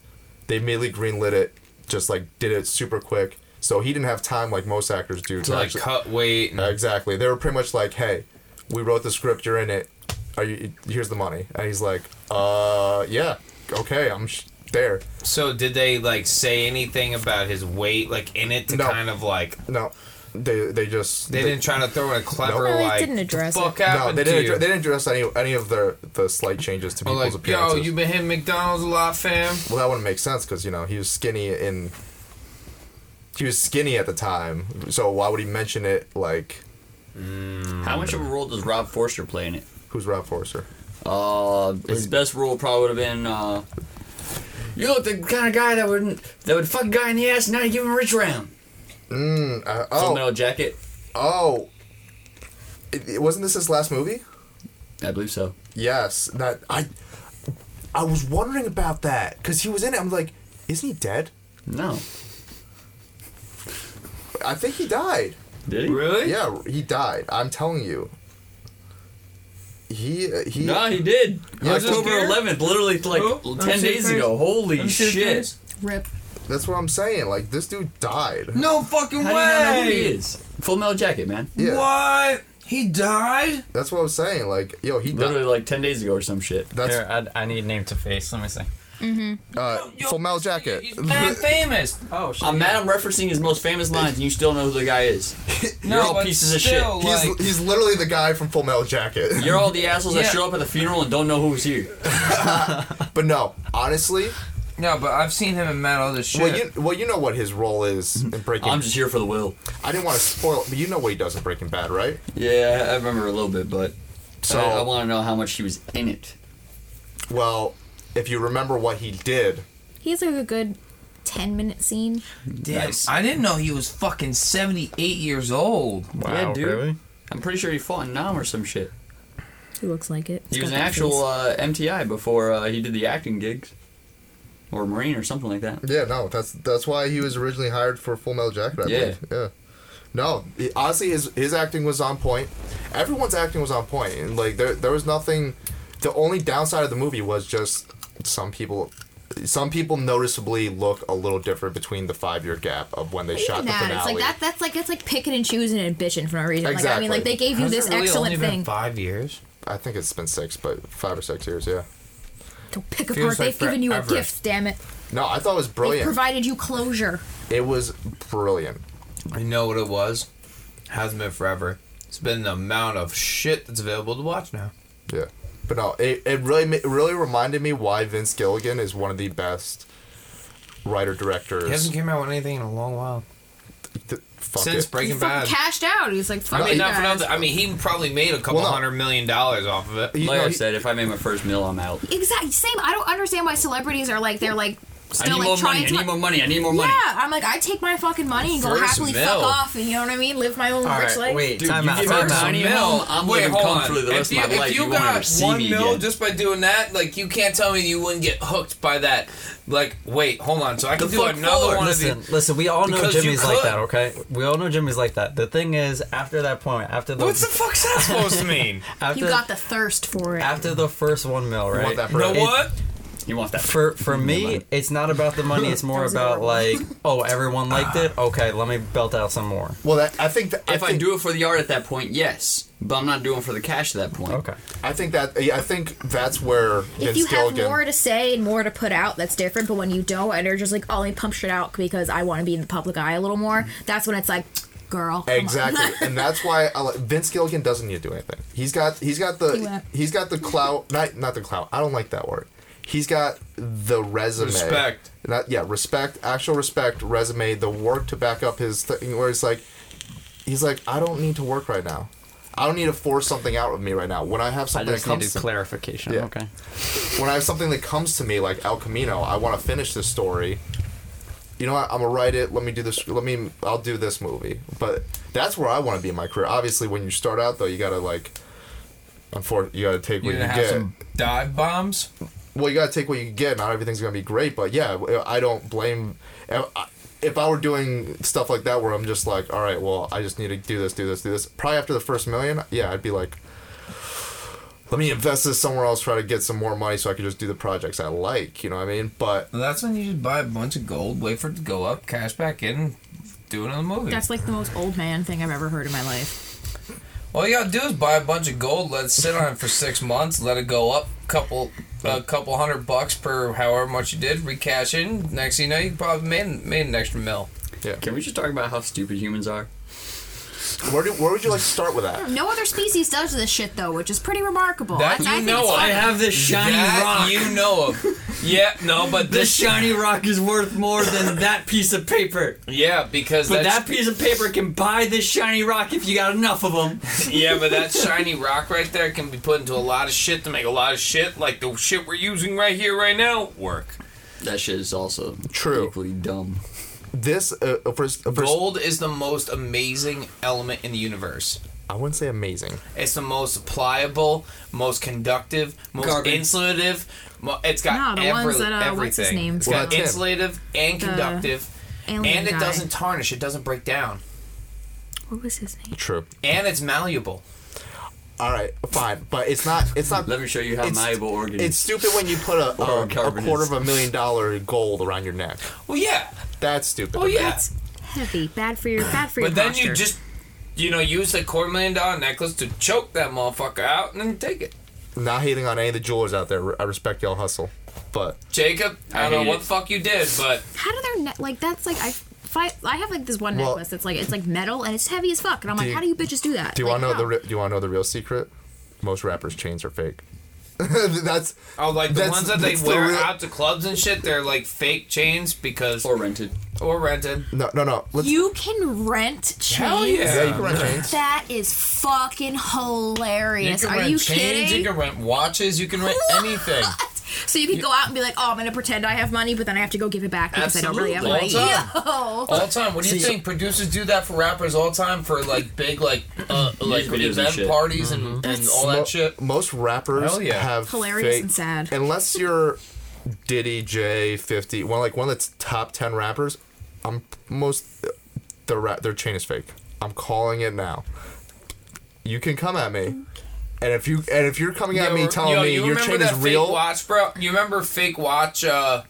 S1: They immediately greenlit it, just like did it super quick. So he didn't have time like most actors do
S2: To like cut weight and
S1: uh, exactly. They were pretty much like, "Hey, we wrote the script. You're in it. Are you? Here's the money." And he's like, "Uh, yeah, okay, I'm sh- there."
S2: So did they like say anything about his weight, like in it, to
S1: No.
S2: kind of like
S1: No, they they just
S2: they, didn't try to throw in a clever
S4: No, they
S2: like
S4: didn't
S2: "The
S4: address
S2: fuck
S1: No,
S2: happened
S1: they
S2: to
S1: didn't.
S2: you?
S1: Address, they didn't address any any of the the slight changes to
S2: Or,
S1: people's
S2: like, yo,
S1: appearances.
S2: you've been hitting McDonald's a lot, fam.
S1: Well, that wouldn't make sense because you know he was skinny in. He was skinny at the time, so why would he mention it? Like,
S3: How much of a role does Rob Forster play in it?
S1: who's Rob Forster?
S3: Uh, his best role probably would have been. Uh, you look the kind of guy that would that would fuck a guy in the ass, and now you give him a rich round.
S1: Uh,
S3: Full
S1: oh,
S3: Metal Jacket.
S1: oh, it, it- wasn't this his last movie?
S3: I believe so.
S1: Yes, that I I was wondering about that because he was in it. I'm like, isn't he dead?
S3: No,
S1: I think he died.
S3: did he?
S2: Really?
S1: Yeah, he died. I'm telling you. He he.
S3: No, he did.
S2: Yeah, it's
S3: October
S2: just-
S3: 11th, literally like
S2: Who? Let me
S3: ten
S2: see
S3: days
S2: his
S3: ago. Holy
S2: me see his
S3: shit!
S2: face.
S4: Rip.
S1: That's what I'm saying. Like this dude died.
S2: No fucking
S3: How do you not know who he
S2: way.
S3: is? Full Metal Jacket, man.
S1: Yeah,
S2: What? He died?
S1: that's what I'm saying. Like yo, he died.
S3: Literally like ten days ago or some shit.
S1: That's
S5: Here, I, I need name to face. Let me see.
S1: Uh, Full Metal Jacket.
S2: He's mad famous.
S5: Oh shit.
S3: I'm mad I'm referencing his most famous lines, and you still know who the guy is.
S2: No,
S3: You're all
S2: but
S3: pieces of
S2: still,
S3: shit.
S2: Like,
S1: He's, he's literally the guy from Full Metal Jacket.
S3: You're all the assholes
S2: Yeah.
S3: that show up at the funeral and don't know who was here.
S1: But no, honestly,
S2: no, but I've seen him in mad other shit.
S1: well you well you know what his role is in Breaking.
S3: I'm just here for the will.
S1: I didn't want to spoil it, but you know what he does in Breaking Bad, right?
S3: Yeah, I remember a little bit, but
S1: So
S3: I, I want to know how much he was in it.
S1: well, if you remember what he did,
S4: He has like a good ten minute scene.
S2: Damn,
S3: Nice.
S2: I didn't know he was fucking 78 years old.
S3: Yeah, dude. I'm pretty sure he fought in Nam or some shit.
S4: He looks like it.
S3: He was an actual uh, MTI before uh, he did the acting gigs, or Marine or something like that.
S1: Yeah, no, that's that's why he was originally hired for Full Metal Jacket. I
S3: Yeah.
S1: believe. Yeah. No, he- honestly, his his acting was on point. Everyone's acting was on point, and like there there was nothing. The only downside of the movie was just some people. Some people noticeably look a little different between the five year gap of when they shot
S4: Even
S1: the
S4: that,
S1: finale.
S4: it's like that. That's like that's like picking and choosing an ambition for no reason. Like I
S1: Exactly.
S4: mean, like they gave you
S2: How's it
S4: this
S2: really
S4: excellent
S2: only been
S4: thing.
S2: five years.
S1: I think it's been six, but five or six years, yeah.
S4: to pick
S2: Feels
S4: apart.
S2: like
S4: They've given you a
S2: forever.
S4: gift. Damn it.
S1: No, I thought it was
S4: They
S1: brilliant.
S4: provided you closure.
S1: it was brilliant.
S2: You know what it was? Hasn't been forever. It's been the amount of shit that's available to watch now.
S1: Yeah, but no, it, it really ma- it really reminded me why Vince Gilligan is one of the best writer
S2: He
S1: directors.
S2: hasn't came out with anything in a long while.
S1: Fuck
S2: Since
S1: it.
S2: Breaking
S4: he
S2: Bad.
S4: fucking cashed out. He's like, fuck
S2: I mean,
S4: you
S2: not for
S4: guys.
S2: nothing. I mean, he probably made a couple
S1: Well, no.
S2: hundred million dollars off of it.
S1: He-
S3: Like
S1: no,
S3: I
S1: he-
S3: said, if I made my first meal, I'm out.
S4: Exactly. Same. I don't understand why celebrities are like they're like
S3: I
S4: still
S3: need
S4: like
S3: more
S4: trying
S3: money. I
S4: to.
S3: need more money. I need more money.
S4: yeah, I'm like I take my fucking money and go
S2: First
S4: happily
S2: mill.
S4: fuck off, and you know what I mean. Live my own
S5: All
S4: rich
S5: right,
S4: life.
S5: wait.
S3: Dude,
S5: time
S3: you
S5: out.
S3: give me
S5: Time
S3: a
S5: out.
S3: tiny home, I'm
S2: wait,
S3: living
S2: hold on.
S3: comfortably the rest
S2: if
S3: of
S2: you,
S3: my life.
S2: If you,
S3: You won't ever
S2: got
S3: see
S2: one
S3: me
S2: mil
S3: again.
S2: just by doing that, like you can't tell me you wouldn't get hooked by that. Like, wait, hold on. So I can
S3: The
S2: do
S3: fuck
S2: another
S3: forward.
S2: one
S5: Listen,
S2: of
S5: listen. We all know
S2: Because you
S5: Jimmy's like
S2: could.
S5: that, okay? We all know Jimmy's like that. The thing is, after that point, after
S2: the.
S5: the
S2: What's the fuck's that supposed to mean?
S5: after
S4: You got the thirst for it.
S5: after the first one mil, right?
S1: want that
S2: You know
S1: Right.
S2: what?
S3: You want that?
S5: for for me, it's not about the money. It's more about like, oh, everyone liked it. Okay, let me belt out some more.
S1: Well, that, I think that,
S3: if I,
S1: think,
S3: do it for the art at that point, yes, but I'm not doing it for the cash at that point.
S5: Okay.
S1: I think that yeah, I think that's where
S4: if
S1: Vince
S4: you have
S1: Gilligan.
S4: more to say and more to put out, that's different. But when you don't, and you're just like, oh, let me pump shit out because I want to be in the public eye a little more. That's when it's like, girl. come on.
S1: Exactly, and that's why I like, Vince Gilligan doesn't need to do anything. He's got he's got
S4: He
S1: the
S4: will.
S1: he's got the clout. Not not the clout. I don't like that word. He's got the resume.
S2: Respect.
S1: Not, yeah, respect. Actual respect. Resume. The work to back up his thing. Where it's like, he's like, I don't need to work right now. I don't need to force something out of me right now. When I have something that comes to
S5: clarification.
S1: Yeah. okay. when I have something that comes to me like El Camino, I want to finish this story. You know what? I'm gonna write it. Let me do this. Let me. I'll do this movie. But that's where I want to be in my career. Obviously, when you start out though, you gotta like, unfortunately, you gotta take
S2: You're
S1: what you
S2: gonna
S1: can
S2: have
S1: get.
S2: some dive bombs.
S1: Well, you gotta take what you can get. Not everything's gonna be great, but yeah, I don't blame. if I- If I were doing stuff like that, where I'm just like, all right, well, I just need to do this, do this, do this. Probably after the first million, yeah, I'd be like, let me invest this somewhere else, try to get some more money, so I could just do the projects I like. You know what I mean? But
S2: Well, that's when you just buy a bunch of gold, wait for it to go up, cash back in, do another movie.
S4: That's like the most old man thing I've ever heard in my life.
S2: All you gotta do is buy a bunch of gold, let it sit on it for six months, let it go up a couple, a couple hundred bucks per however much you did, recash in. Next thing you know, you probably made, made an extra mill.
S1: yeah,
S3: Can we just talk about how stupid humans are?
S1: where do where would you like to start with that?
S4: No other species does this shit though, which is pretty remarkable.
S2: That
S4: That's-
S2: you
S4: I think
S2: know
S4: it's
S2: of.
S4: funny.
S2: I have
S3: this
S2: that you know of. yeah, no, but
S3: This
S2: this.
S3: shiny rock is worth more than that piece of paper.
S2: yeah, because
S3: But
S2: that's,
S3: that piece of paper can buy this shiny rock if you got enough of them.
S2: yeah, but that shiny rock right there can be put into a lot of shit to make a lot of shit, like the shit we're using right here, right now, work.
S3: That shit is also
S1: True.
S3: equally dumb.
S1: This uh, uh, first, uh, first
S2: Gold is the most amazing element in the universe.
S1: I wouldn't say amazing.
S2: It's the most pliable, most conductive, most
S3: Garbage.
S2: insulative. mo- It's got
S4: No, the
S2: every-
S4: ones that, uh,
S2: everything.
S4: what's his name?
S2: It's got
S1: Well, that's him.
S2: insulative and
S4: The
S2: conductive,
S4: Alien
S2: and it
S4: guy.
S2: doesn't tarnish. It doesn't break down,
S4: What was his name?
S1: True.
S2: and it's malleable.
S1: All right, fine, but it's not. It's not.
S3: Let me show you how
S1: It's-
S3: malleable organ
S1: It's
S3: is.
S1: stupid when you put a, a,
S3: Or
S1: a
S3: carbon
S1: quarter
S3: is.
S1: of a million dollar gold around your neck.
S2: Well, yeah.
S1: That's stupid.
S2: Well, yeah.
S4: That's heavy. Bad for your. Bad for your.
S2: But then you
S4: posture.
S2: just, you know, use the quarter million dollar necklace to choke that motherfucker out and then take it.
S1: Not hating on any of the jewelers out there. I respect y'all hustle. But
S2: Jacob, I,
S3: I
S2: don't
S3: hate
S2: know what
S3: it.
S2: the fuck you did, but
S4: How do their net like that's like I. fi- I have like this one
S1: Well-
S4: necklace that's like it's like metal and it's heavy as fuck and I'm like
S1: you-
S4: how do you bitches do that?
S1: do you want
S4: Like,
S1: to know
S4: how?
S1: the re- do you want to know the real secret? Most rappers' chains are fake. that's
S2: oh, like the
S1: That's-
S2: ones that they
S1: that's the
S2: wear
S1: real-
S2: out to clubs and shit, they're like fake chains because
S3: or
S2: or,
S3: rented.
S2: rented.
S1: no no no. Let's,
S4: You can rent chains.
S2: Hell yeah!
S1: yeah, you can rent chains.
S4: That is fucking hilarious.
S2: You can
S4: Are
S2: rent
S4: you
S2: chains,
S4: kidding?
S2: you can rent watches, you can rent anything.
S4: so you can go out and be like, oh, I'm gonna pretend I have money, but then I have to go give it back because I don't really
S2: Absolutely.
S4: have money. Yo.
S2: All the time. What do you think? Producers do that for rappers all the time for like big like uh like
S3: videos and
S2: event
S3: shit.
S2: parties
S1: Mm-hmm.
S2: and, and all that
S1: Mo-
S2: shit.
S1: Most rappers
S2: Hell yeah.
S1: have
S4: Hilarious
S1: fake-
S4: and sad.
S1: Unless you're Diddy J fifty, one like one of the top ten rappers, I'm most their ra- their chain is fake. I'm calling it now. You can come at me, and if you and if you're coming at me
S2: Yo,
S1: telling
S2: yo,
S1: me
S2: you
S1: your
S2: remember
S1: chain
S2: that
S1: is real,
S2: Fake watch, bro. You remember fake watch? uh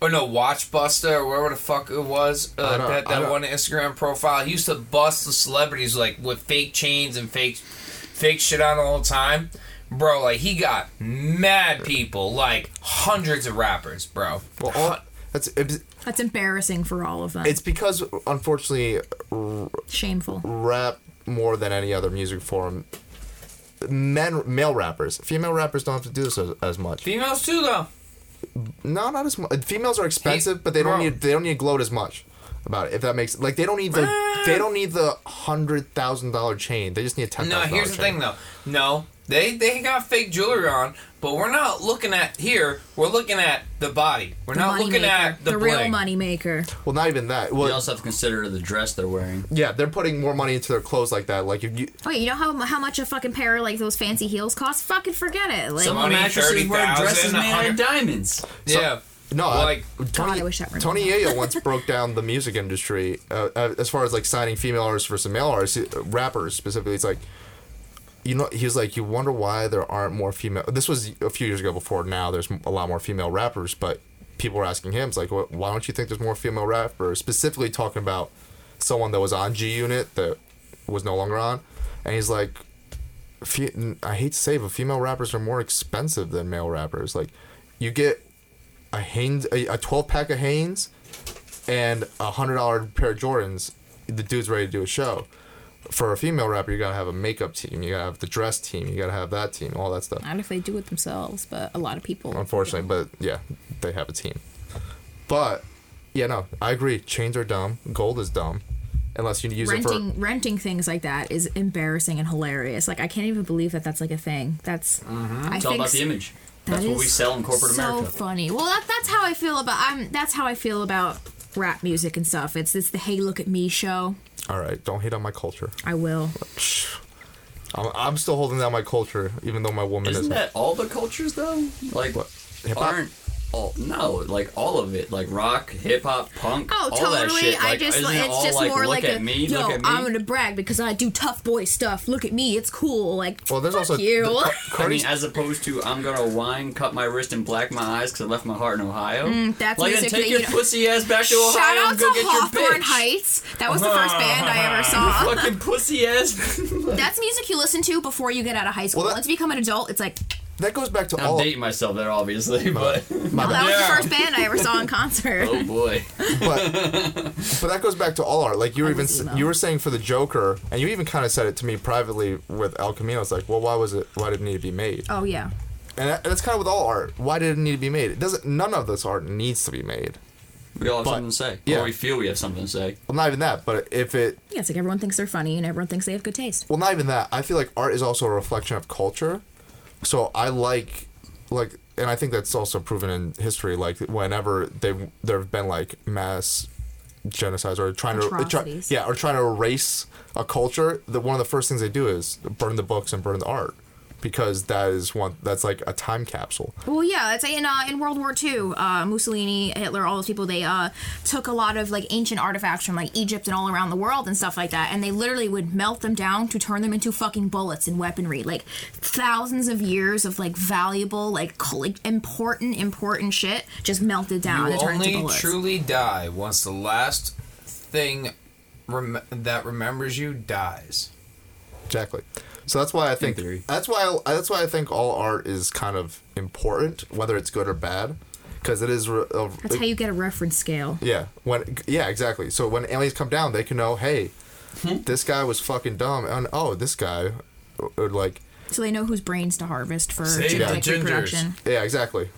S2: or no, Watch Buster or whatever the fuck it was. Uh,
S1: I don't-
S2: that
S1: I
S2: that
S1: don't-
S2: one Instagram profile. He used to bust the celebrities like with fake chains and fake fake shit on all the time. Bro, like he got mad people, like hundreds of rappers, bro.
S1: well, all, that's it's,
S4: That's embarrassing for all of them.
S1: it's because unfortunately
S4: shameful.
S1: rap more than any other music form. Men, male rappers, female rappers don't have to do this as, as much.
S2: Females too, though.
S1: No, not as much. Females are expensive, but they don't
S2: bro.
S1: need they don't need to gloat as much about it. If that makes like they don't need the they don't need the hundred thousand dollar chain. They just need a ten.
S2: No, here's the thing though. No, they they got fake jewelry on, but we're not looking at here. We're looking at the body. We're not
S4: money
S2: looking
S4: maker.
S2: at the,
S4: real
S2: bling.
S4: moneymaker.
S1: Well, not even that. Well,
S3: You also have to consider the dress they're wearing.
S1: yeah, they're putting more money into their clothes like that. Like if you
S4: Oh, Wait, you know how how much a fucking pair of like those fancy heels cost? Fucking forget it. Like,
S3: Some
S2: Money,
S3: mattresses wear
S2: 30,000,
S3: dresses made out
S2: 100.
S3: of diamonds.
S2: Yeah.
S1: no, I-
S2: like
S4: God, I wish that were
S1: Tony
S4: me.
S1: Yayo once broke down the music industry uh, uh, as far as like signing female artists versus male artists, uh, rappers specifically. It's like, you know, he was like, you wonder why there aren't more female. This was a few years ago. Before now, there's a lot more female rappers, but people were asking him, it's like, "Wh- why don't you think there's more female rappers? Specifically talking about someone that was on G Unit that was no longer on, and he's like, fe- I hate to say, it, but female rappers are more expensive than male rappers. Like, you get a Hanes, a, a twelve pack of Hanes, and a hundred dollar pair of Jordans. The dude's ready to do a show. For a female rapper, you gotta have a makeup team, you gotta have the dress team, you gotta have that team, all that stuff.
S4: I don't know if they do it themselves, but a lot of people.
S1: Unfortunately, but yeah, they have a team. But yeah, no, I agree. Chains are dumb. Gold is dumb, unless you use
S4: renting
S1: it
S4: renting things like that is embarrassing and hilarious. Like I can't even believe that that's like a thing. That's
S2: Mm-hmm.
S4: I
S3: It's all
S4: think
S3: about the
S4: s-
S3: image.
S4: that
S3: That's what we
S4: is
S3: sell in corporate
S4: so
S3: America.
S4: funny. Well, that, that's how I feel about I'm. That's how I feel about rap music and stuff. It's it's the hey look at me show.
S1: for. All right, don't hate on my culture.
S4: I will.
S1: I'm, I'm still holding down my culture, even though my woman
S3: Isn't that all the cultures though? Like
S1: What? Hip-hop?
S3: aren't all no, like all of it, like rock, hip hop, punk,
S4: Oh,
S3: all
S4: totally.
S3: that shit.
S4: I
S3: Like,
S4: just
S3: isn't it
S4: it's
S3: all
S4: just
S3: like,
S4: more
S3: look
S4: like
S3: at
S4: a
S3: me,
S4: yo.
S3: look at me.
S4: I'm gonna brag because I do tough boy stuff. Look at me, it's cool. Like
S1: Well, there's
S4: fuck
S1: also
S4: you.
S1: the-
S3: I mean,
S1: Cardi's-
S3: as opposed to I'm gonna whine, cut my wrist, and black my eyes because I left my heart in Ohio.
S4: Mm, that's
S3: like, then
S4: music that
S3: take
S4: you
S3: your
S4: don't-
S3: pussy ass back to Ohio
S4: Shout out
S3: and
S4: to
S3: go get your
S4: Hawthorne
S3: bitch.
S4: Heights. That was the first band I ever saw.
S3: Fucking pussy ass.
S4: That's music you listen to before you get out of high school.
S1: Well, that-
S4: Once you become an adult, it's like,
S1: that goes back to
S3: I'm
S1: all.
S3: dating myself there, obviously, but
S1: my bad.
S4: oh, that was the
S2: Yeah.
S4: first band I ever saw in concert.
S3: oh boy,
S1: but but that goes back to all art. Like you were even
S4: was emo.
S1: you were saying for the Joker, and you even kind of said it to me privately with El Camino. It's like, well, why was it? Why did it need to be made?
S4: Oh yeah.
S1: And that, that's kind of with all art. Why did it need to be made? It doesn't. None of this art needs to be made.
S3: we all have
S1: But-
S3: something to say.
S1: yeah.
S3: Or we feel we have something to say.
S1: Well, not even that. But if it
S4: Yeah, it's like everyone thinks they're funny and everyone thinks they have good taste.
S1: well, not even that. I feel like art is also a reflection of culture. So I like, like, and I think that's also proven in history. Like, whenever they there have been like mass genocides or trying to try-
S4: Atrocities.
S1: yeah, or trying to erase a culture, that one of the first things they do is burn the books and burn the art because that is one that's like a time capsule.
S4: Well, yeah, it's in uh, in World War II, uh, Mussolini, Hitler, all those people, they uh, took a lot of like ancient artifacts from like Egypt and all around the world and stuff like that, and they literally would melt them down to turn them into fucking bullets and weaponry. Like thousands of years of like valuable, like, col- like important, important shit just melted down
S2: You
S4: and turned into
S2: only
S4: bullets.
S2: truly die once the last thing rem- that remembers you dies.
S1: Exactly. So that's why I think
S3: theory.
S1: that's why I, that's why I think all art is kind of important, whether it's good or bad, because it is. Re- a,
S4: That's how you get a reference scale.
S1: yeah. When yeah, exactly. So when aliens come down, they can know, hey,
S4: Hmm?
S1: this guy was fucking dumb, and oh, this guy, or, or like
S4: So they know whose brains to harvest for
S2: Save the
S4: genetic
S2: gingers.
S4: reproduction.
S1: yeah, exactly.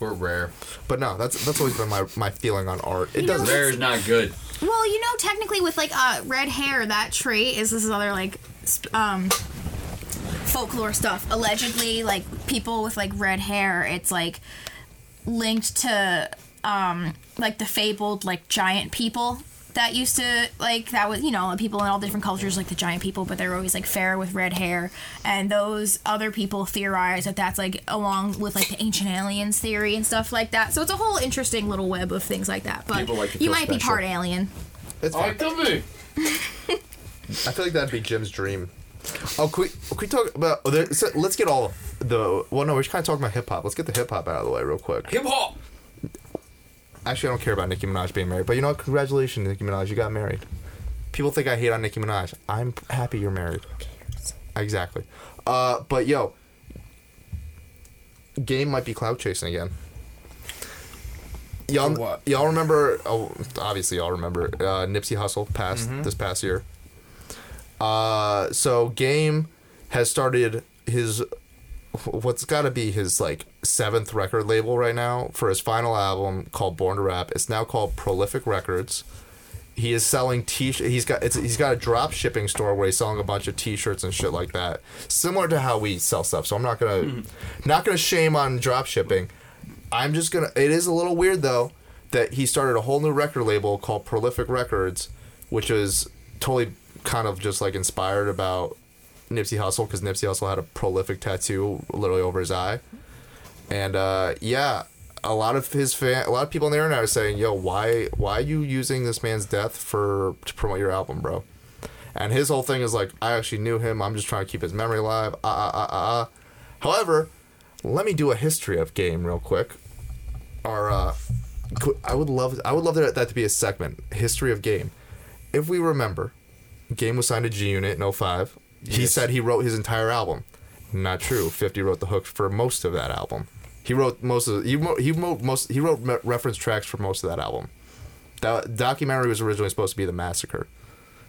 S2: We're rare.
S1: But no, that's that's always been my, my feeling on art. It
S4: You know,
S1: doesn't.
S3: Rare is not good.
S4: Well, you know, technically, with like uh, red hair, that trait is this other like sp- um, folklore stuff. Allegedly, like people with like red hair, it's like linked to um, like the fabled like giant people that used to like that was you know people in all different cultures like the giant people but they're always like fair with red hair and those other people theorize that that's like along with like the ancient aliens theory and stuff like that so it's a whole interesting little web of things like that but
S1: People like to
S4: you
S1: feel
S4: might be
S1: special.
S4: part alien
S1: It's fine.
S2: could be.
S1: I feel like that'd be Jim's dream. Oh, can we, can we talk about? oh, There, so let's get all the. Well, no, we're just kind of talking about hip hop. Let's get the hip hop out of the way real quick.
S2: Hip hop.
S1: Actually, I don't care about Nicki Minaj being married, but you know what? Congratulations, Nicki Minaj. You got married. People think I hate on Nicki Minaj. I'm happy you're married. Exactly. Uh, but yo, game might be cloud chasing again. Y'all,
S2: For what?
S1: y'all remember? Oh, obviously, y'all remember uh, Nipsey Hussle passed
S2: Mm-hmm.
S1: this past year. Uh, so game has started his what's got to be his like seventh record label right now for his final album called Born to Rap. It's now called Prolific Records. He is selling t. He's got it's, he's got a drop shipping store where he's selling a bunch of t-shirts and shit like that, similar to how we sell stuff. So I'm not gonna not gonna shame on drop shipping. I'm just gonna. It is a little weird though that he started a whole new record label called Prolific Records, which is totally kind of just like inspired about Nipsey Hussle because Nipsey Hussle had a prolific tattoo literally over his eye, and uh, yeah, a lot of his fan, a lot of people on the internet are saying, "Yo, why why are you using this man's death for to promote your album, bro?" And his whole thing is like, "I actually knew him. I'm just trying to keep his memory alive." Ah ah ah ah. ah. However, let me do a history of game real quick. Our uh, could- I would love I would love that, that to be a segment history of game. If we remember, Game was signed to G Unit in 05. He
S2: Yes.
S1: said he wrote his entire album. Not true. 50 wrote the hook for most of that album. He wrote most of he wrote, he wrote most he wrote me- reference tracks for most of that album. That documentary was originally supposed to be the massacre,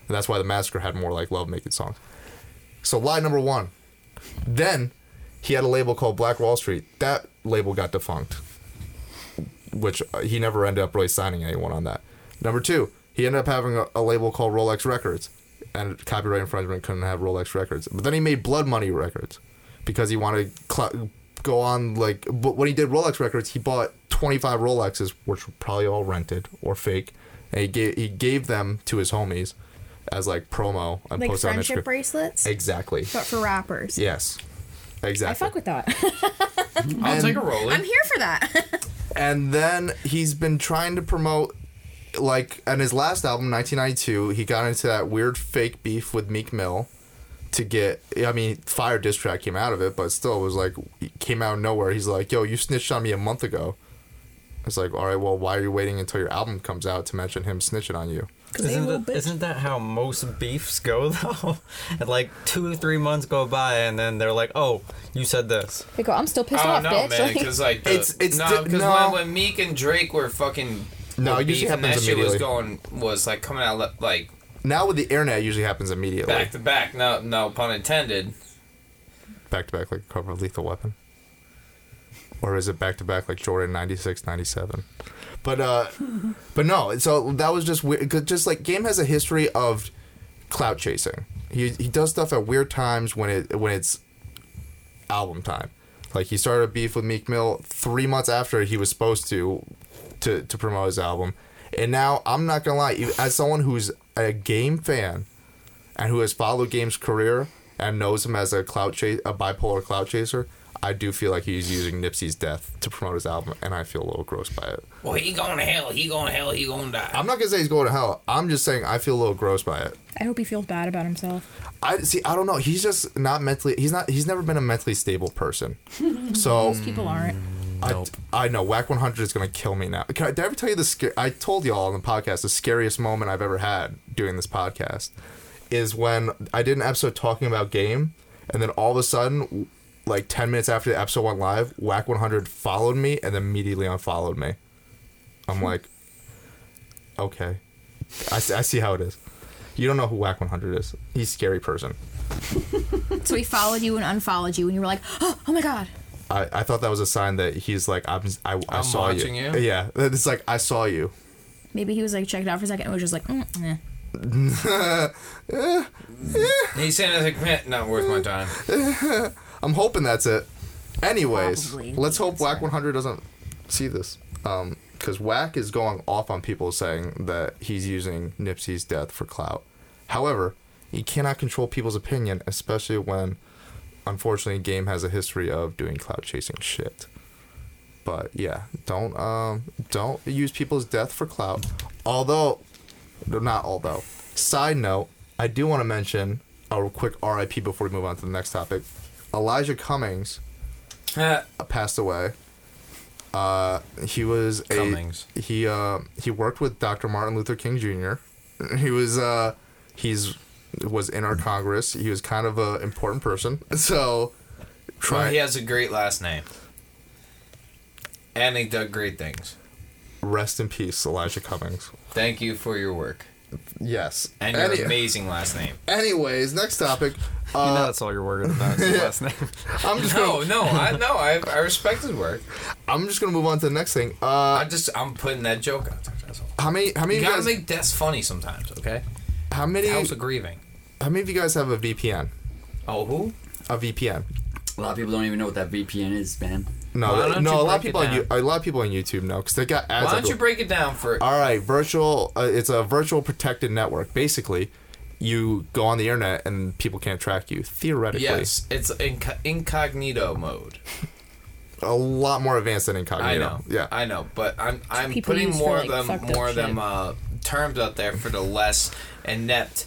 S1: and that's why the massacre had more like love making songs. So lie number one. Then he had a label called Black Wall Street. That label got defunct, which uh, he never ended up really signing anyone on that. Number two, he ended up having a, a label called Rolex Records, and copyright infringement couldn't have Rolex Records. But then he made Blood Money Records because he wanted to cl- go on like. But when he did Rolex Records, he bought 25 Rolexes, which were probably all rented or fake, and he gave he gave them to his homies as like promo and
S4: like
S1: posted on
S4: friendship
S1: Instagram.
S4: bracelets,
S1: Exactly.
S4: but for rappers.
S1: Yes.
S4: I
S1: Exactly.
S4: fuck with that.
S2: I'll
S1: And-
S2: take a rolling.
S4: Um, I'm here for that.
S1: and then he's been trying to promote like on his last album 1992 he got into that weird fake beef with meek mill to get i mean fire diss track came out of it but still it was like it came out of nowhere he's like yo you snitched on me a month ago it's like all right well why are you waiting until your album comes out to mention him snitching on you
S5: Isn't, that- isn't that how most beefs go though? And like two or three months go by, and then they're like, "Oh, you said this."
S4: They go, I'm still pissed
S2: I
S4: off,
S2: don't know,
S4: bitch.
S2: Oh, man.
S4: Like-
S2: Because like, the,
S1: It's- it's
S2: no,
S1: di-
S2: 'cause
S1: no.
S2: when, when Meek and Drake were fucking
S1: No,
S2: were
S1: it usually
S2: beefing, that
S1: happens
S2: shit was
S1: immediately.
S2: going was like coming out li- like
S1: now with the internet it usually happens immediately
S2: back to back. No, no pun intended.
S1: back to back like a cover of Lethal Weapon? Or is it back to back like Jordan 96, 97? But uh but no, so that was just weird 'cause just like game has a history of clout chasing. He he does stuff at weird times when it when it's album time. Like he started a beef with Meek Mill 3 months after he was supposed to to to promote his album. And now I'm not going to lie, even- as someone who's a game fan, and who has followed Game's career and knows him as a clout chase, a bipolar clout chaser, I do feel like he's using Nipsey's death to promote his album, and I feel a little gross by it.
S2: Well, he going to hell. He going to hell. He going to die.
S1: I'm not gonna say he's going to hell. I'm just saying I feel a little gross by it.
S4: I hope he feels bad about himself.
S1: I see. I don't know. He's just not mentally. He's not. He's never been a mentally stable person. So
S2: Mm.
S4: People aren't.
S1: I, I know whack 100 is gonna kill me now. Can I, did I ever tell you the? Sca- I told y'all on the podcast the scariest moment I've ever had doing this podcast is when I did an episode talking about game, and then all of a sudden, like ten minutes after the episode went live, Whack One Hundred followed me and then immediately unfollowed me.
S2: Hmm.
S1: I'm like, okay, I, see- I see how it is. You don't know who Whack One Hundred is. He's a scary person.
S4: So he followed you and unfollowed you, and you were like, oh, oh my god.
S1: I, I thought that was a sign that he's like I'm I, I
S2: I'm
S1: saw
S2: watching you.
S1: Yeah, it's like I saw you.
S4: Maybe he was like checked out for a second and was just like, mm, eh.
S2: He's saying it's like, "Meh, not worth my time.
S1: I'm hoping that's it. Anyways,
S4: Probably.
S1: let's hope Whack 100 doesn't see this. Um, because Whack is going off on people saying that he's using Nipsey's death for clout. However, he cannot control people's opinion, especially when, unfortunately, game has a history of doing clout chasing shit. But yeah, don't um don't use people's death for clout. Although, no, not although. Side note, I do want to mention a quick RIP before we move on to the next topic. Elijah Cummings
S2: Eh,
S1: passed away. Uh, he was a
S2: Cummings.
S1: he uh, he worked with Dr. Martin Luther King Jr. He was uh, he's was in our Congress. He was kind of an important person. So
S2: well,
S1: try
S2: he has a great last name. And he did great things.
S1: rest in peace, Elijah Cummings.
S2: Thank you for your work.
S1: Yes.
S2: And your
S1: Any-
S2: amazing last name.
S1: anyways, next topic.
S5: You know
S1: Uh,
S5: that's all you're worried about is the last name.
S1: I'm just
S2: No,
S1: gonna
S2: no, I no, I, I respect his work.
S1: I'm just gonna move on to the next thing. Uh,
S2: I just I'm putting that joke out there. That's all.
S1: how many how many
S2: You
S1: of you
S2: gotta
S1: guys,
S2: make deaths funny sometimes, okay?
S1: how many
S2: House of grieving.
S1: how many of you guys have a VPN?
S2: Oh, who?
S1: A VPN.
S3: A lot of people don't even know what that VPN is, man.
S1: No,
S2: Why don't
S1: no.
S2: you
S1: A lot of
S2: break it
S1: people on you,
S2: down?
S1: a lot of people on YouTube know because they got ads.
S2: Why don't you
S1: everywhere.
S2: break it down for
S1: All right, virtual. Uh, it's a virtual protected network. Basically, you go on the internet and people can't track you. Theoretically,
S2: Yes, it's inc- incognito mode.
S1: a lot more advanced than
S2: I
S1: incognito.
S2: know.
S1: Yeah,
S2: I know, but I'm I'm
S4: People
S2: putting
S4: use for,
S2: more
S4: like,
S2: of
S4: fucked
S2: them
S4: up
S2: more of
S4: shit.
S2: them uh, terms out there for the less inept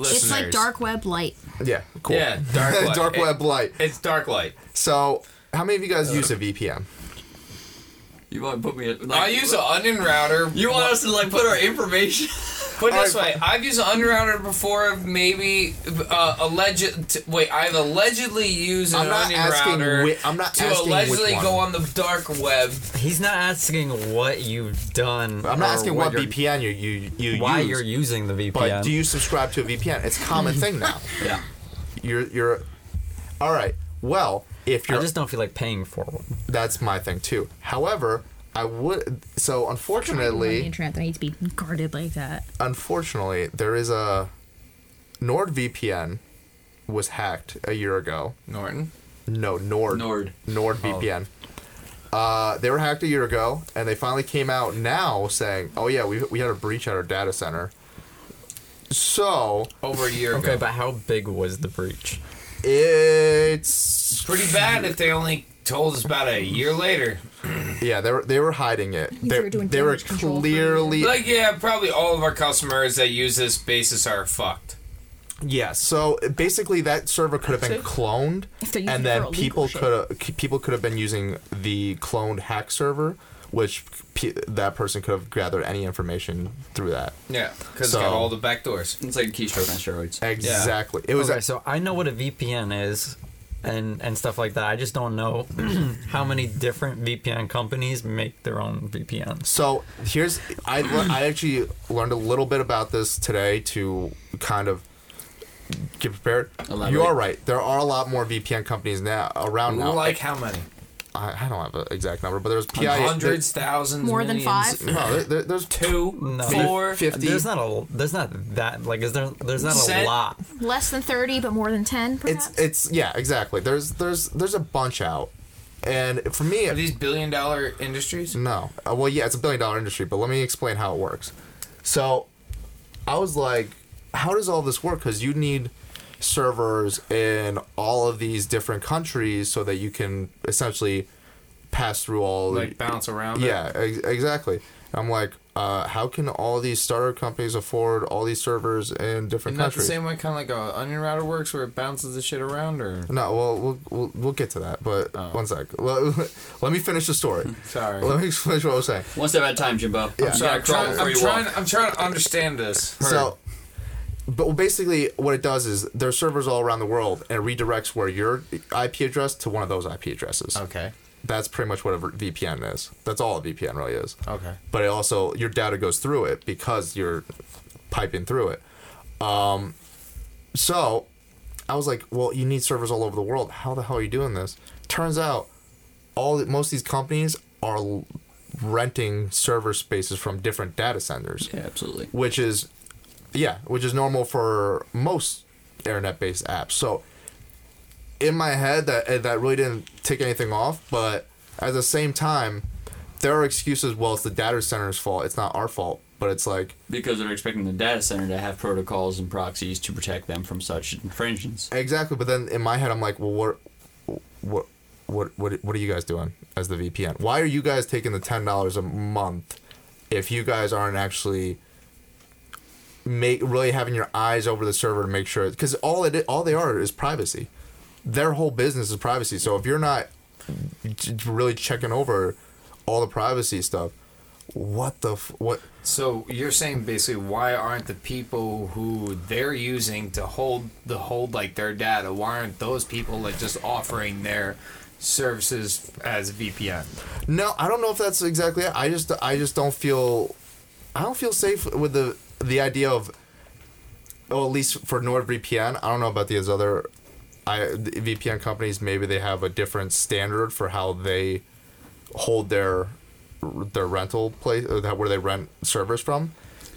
S2: listeners.
S4: It's like dark web light.
S1: yeah, cool.
S2: Yeah, dark web.
S1: dark
S2: It- Uh,
S1: web light.
S2: It's dark light.
S1: So, how many of you guys use a VPN?
S3: You want to put me? at- Like,
S2: I use an onion router.
S3: You want us to like put our information?
S2: Put it this
S1: Alright,
S2: way, I've used an unrouter before. Maybe uh, alleged. T- wait, I've allegedly used an
S1: I'm not
S2: onion
S1: asking
S2: router
S1: whi- I'm not
S2: to
S1: asking which
S2: allegedly
S1: one.
S2: go on the dark web.
S5: He's not asking what you've done.
S1: I'm not
S5: or
S1: asking what
S5: you're-
S1: VPN you you you
S5: Why
S1: use,
S5: you're using the VPN?
S1: but do you subscribe to a VPN? It's a common thing now.
S3: Yeah.
S1: You're you're. All right. Well, if
S5: I
S1: you're
S5: just don't feel like paying for one.
S1: that's my thing too. However, I would so
S4: The
S1: unfortunately,
S4: internet that needs to be guarded like that.
S1: unfortunately, there is a NordVPN was hacked a year ago.
S2: Norton.
S1: No, Nord.
S3: Nord.
S1: NordVPN. Uh, they were hacked a year ago, and they finally came out now saying, "Oh yeah, we we had a breach at our data center." So
S2: Over a year
S5: Okay,
S2: ago.
S5: but how big was the breach?
S1: it's
S2: Pretty bad if they only told us about it a year later.
S1: yeah they were they were hiding it.
S4: they
S1: They,
S4: were doing
S1: they were
S4: damage control for a
S1: clearly
S2: Like, yeah, probably all of our customers that use this basis are fucked.
S1: Yeah, so basically that server could have been
S2: That's it.
S1: cloned,
S4: If they're using
S1: and
S4: it for
S1: then
S4: illegal
S1: people
S4: shit.
S1: could have people could have been using the cloned hack server, which p- that person could have gathered any information through that.
S2: Yeah, because
S1: So-
S2: got all the back doors.
S3: It's like keystroke on steroids.
S1: Exactly. It was
S5: Okay, so I know what a VPN is and and stuff like that. I just don't know how many different VPN companies make their own VPNs.
S1: So here's I le- I actually learned a little bit about this today to kind of get prepared.
S3: Elaborate.
S1: You are right. There are a lot more VPN companies now around now.
S2: Like, how many?
S1: I, I don't have an exact number, but there's PI
S2: Hundreds, thousands,
S4: More than
S2: millions.
S4: five?
S1: No, there, there, there's
S2: Two,
S5: No.
S2: four,
S1: Fif- fifty.
S5: There's not a there's not that like is there there's not
S2: Set-
S5: a lot.
S4: Less than 30, but more than 10, perhaps?
S1: It's it's yeah, exactly. There's there's there's a bunch out, and for me,
S2: Are these billion dollar industries?
S1: no. Uh, well, yeah, it's a billion dollar industry, but let me explain how it works. So, I was like, how does all this work? Because you need servers in all of these different countries so that you can essentially pass through all
S2: Like, bounce around? it?
S1: yeah, ex- exactly. I'm like, uh, how can all these starter companies afford all these servers in different
S2: And not the
S1: countries?
S2: same way kind of like a onion router works where it bounces the shit around or
S1: No, well, we'll we'll, we'll get to that, but one sec. Let, let me finish the story.
S2: Oh. Sorry.
S1: Let me finish what I was saying.
S3: One step at a time, Jimbo. Yeah.
S1: I'm
S3: You
S2: Sorry,
S3: gotta
S2: I'm
S3: crawl
S2: trying,
S3: before
S2: I'm,
S3: you
S2: trying,
S3: walk.
S2: I'm trying to understand this.
S1: So, but basically what it does is there are servers all around the world and it redirects where your IP address to one of those IP addresses.
S2: Okay.
S1: That's pretty much what a VPN is. That's all a VPN really is.
S2: Okay.
S1: But it also your data goes through it because you're piping through it. Um, so I was like, well, you need servers all over the world. How the hell are you doing this? Turns out all most of these companies are l- renting server spaces from different data centers
S3: Yeah, absolutely.
S1: which is yeah, which is normal for most internet-based apps. So in my head, that eh, that really didn't tick anything off. But at the same time, there are excuses. Well, it's the data center's fault. It's not our fault. But it's like
S3: Because they're expecting the data center to have protocols and proxies to protect them from such infringements.
S1: exactly. But then in my head, I'm like, well, what, what, what, what, what are you guys doing as the VPN? Why are you guys taking the ten dollars a month if you guys aren't actually make really having your eyes over the server to make sure because all it all they are is privacy. Their whole business is privacy. So if you're not j- really checking over all the privacy stuff, what the f- what?
S2: So you're saying basically why aren't the people who they're using to hold the hold like their data, why aren't those people like just offering their services as VPN?
S1: No, I don't know if that's exactly it. I just I just don't feel I don't feel safe with the the idea of oh at least for NordVPN. I don't know about these other I the VPN companies. Maybe they have a different standard for how they hold their their rental place or that where they rent servers from.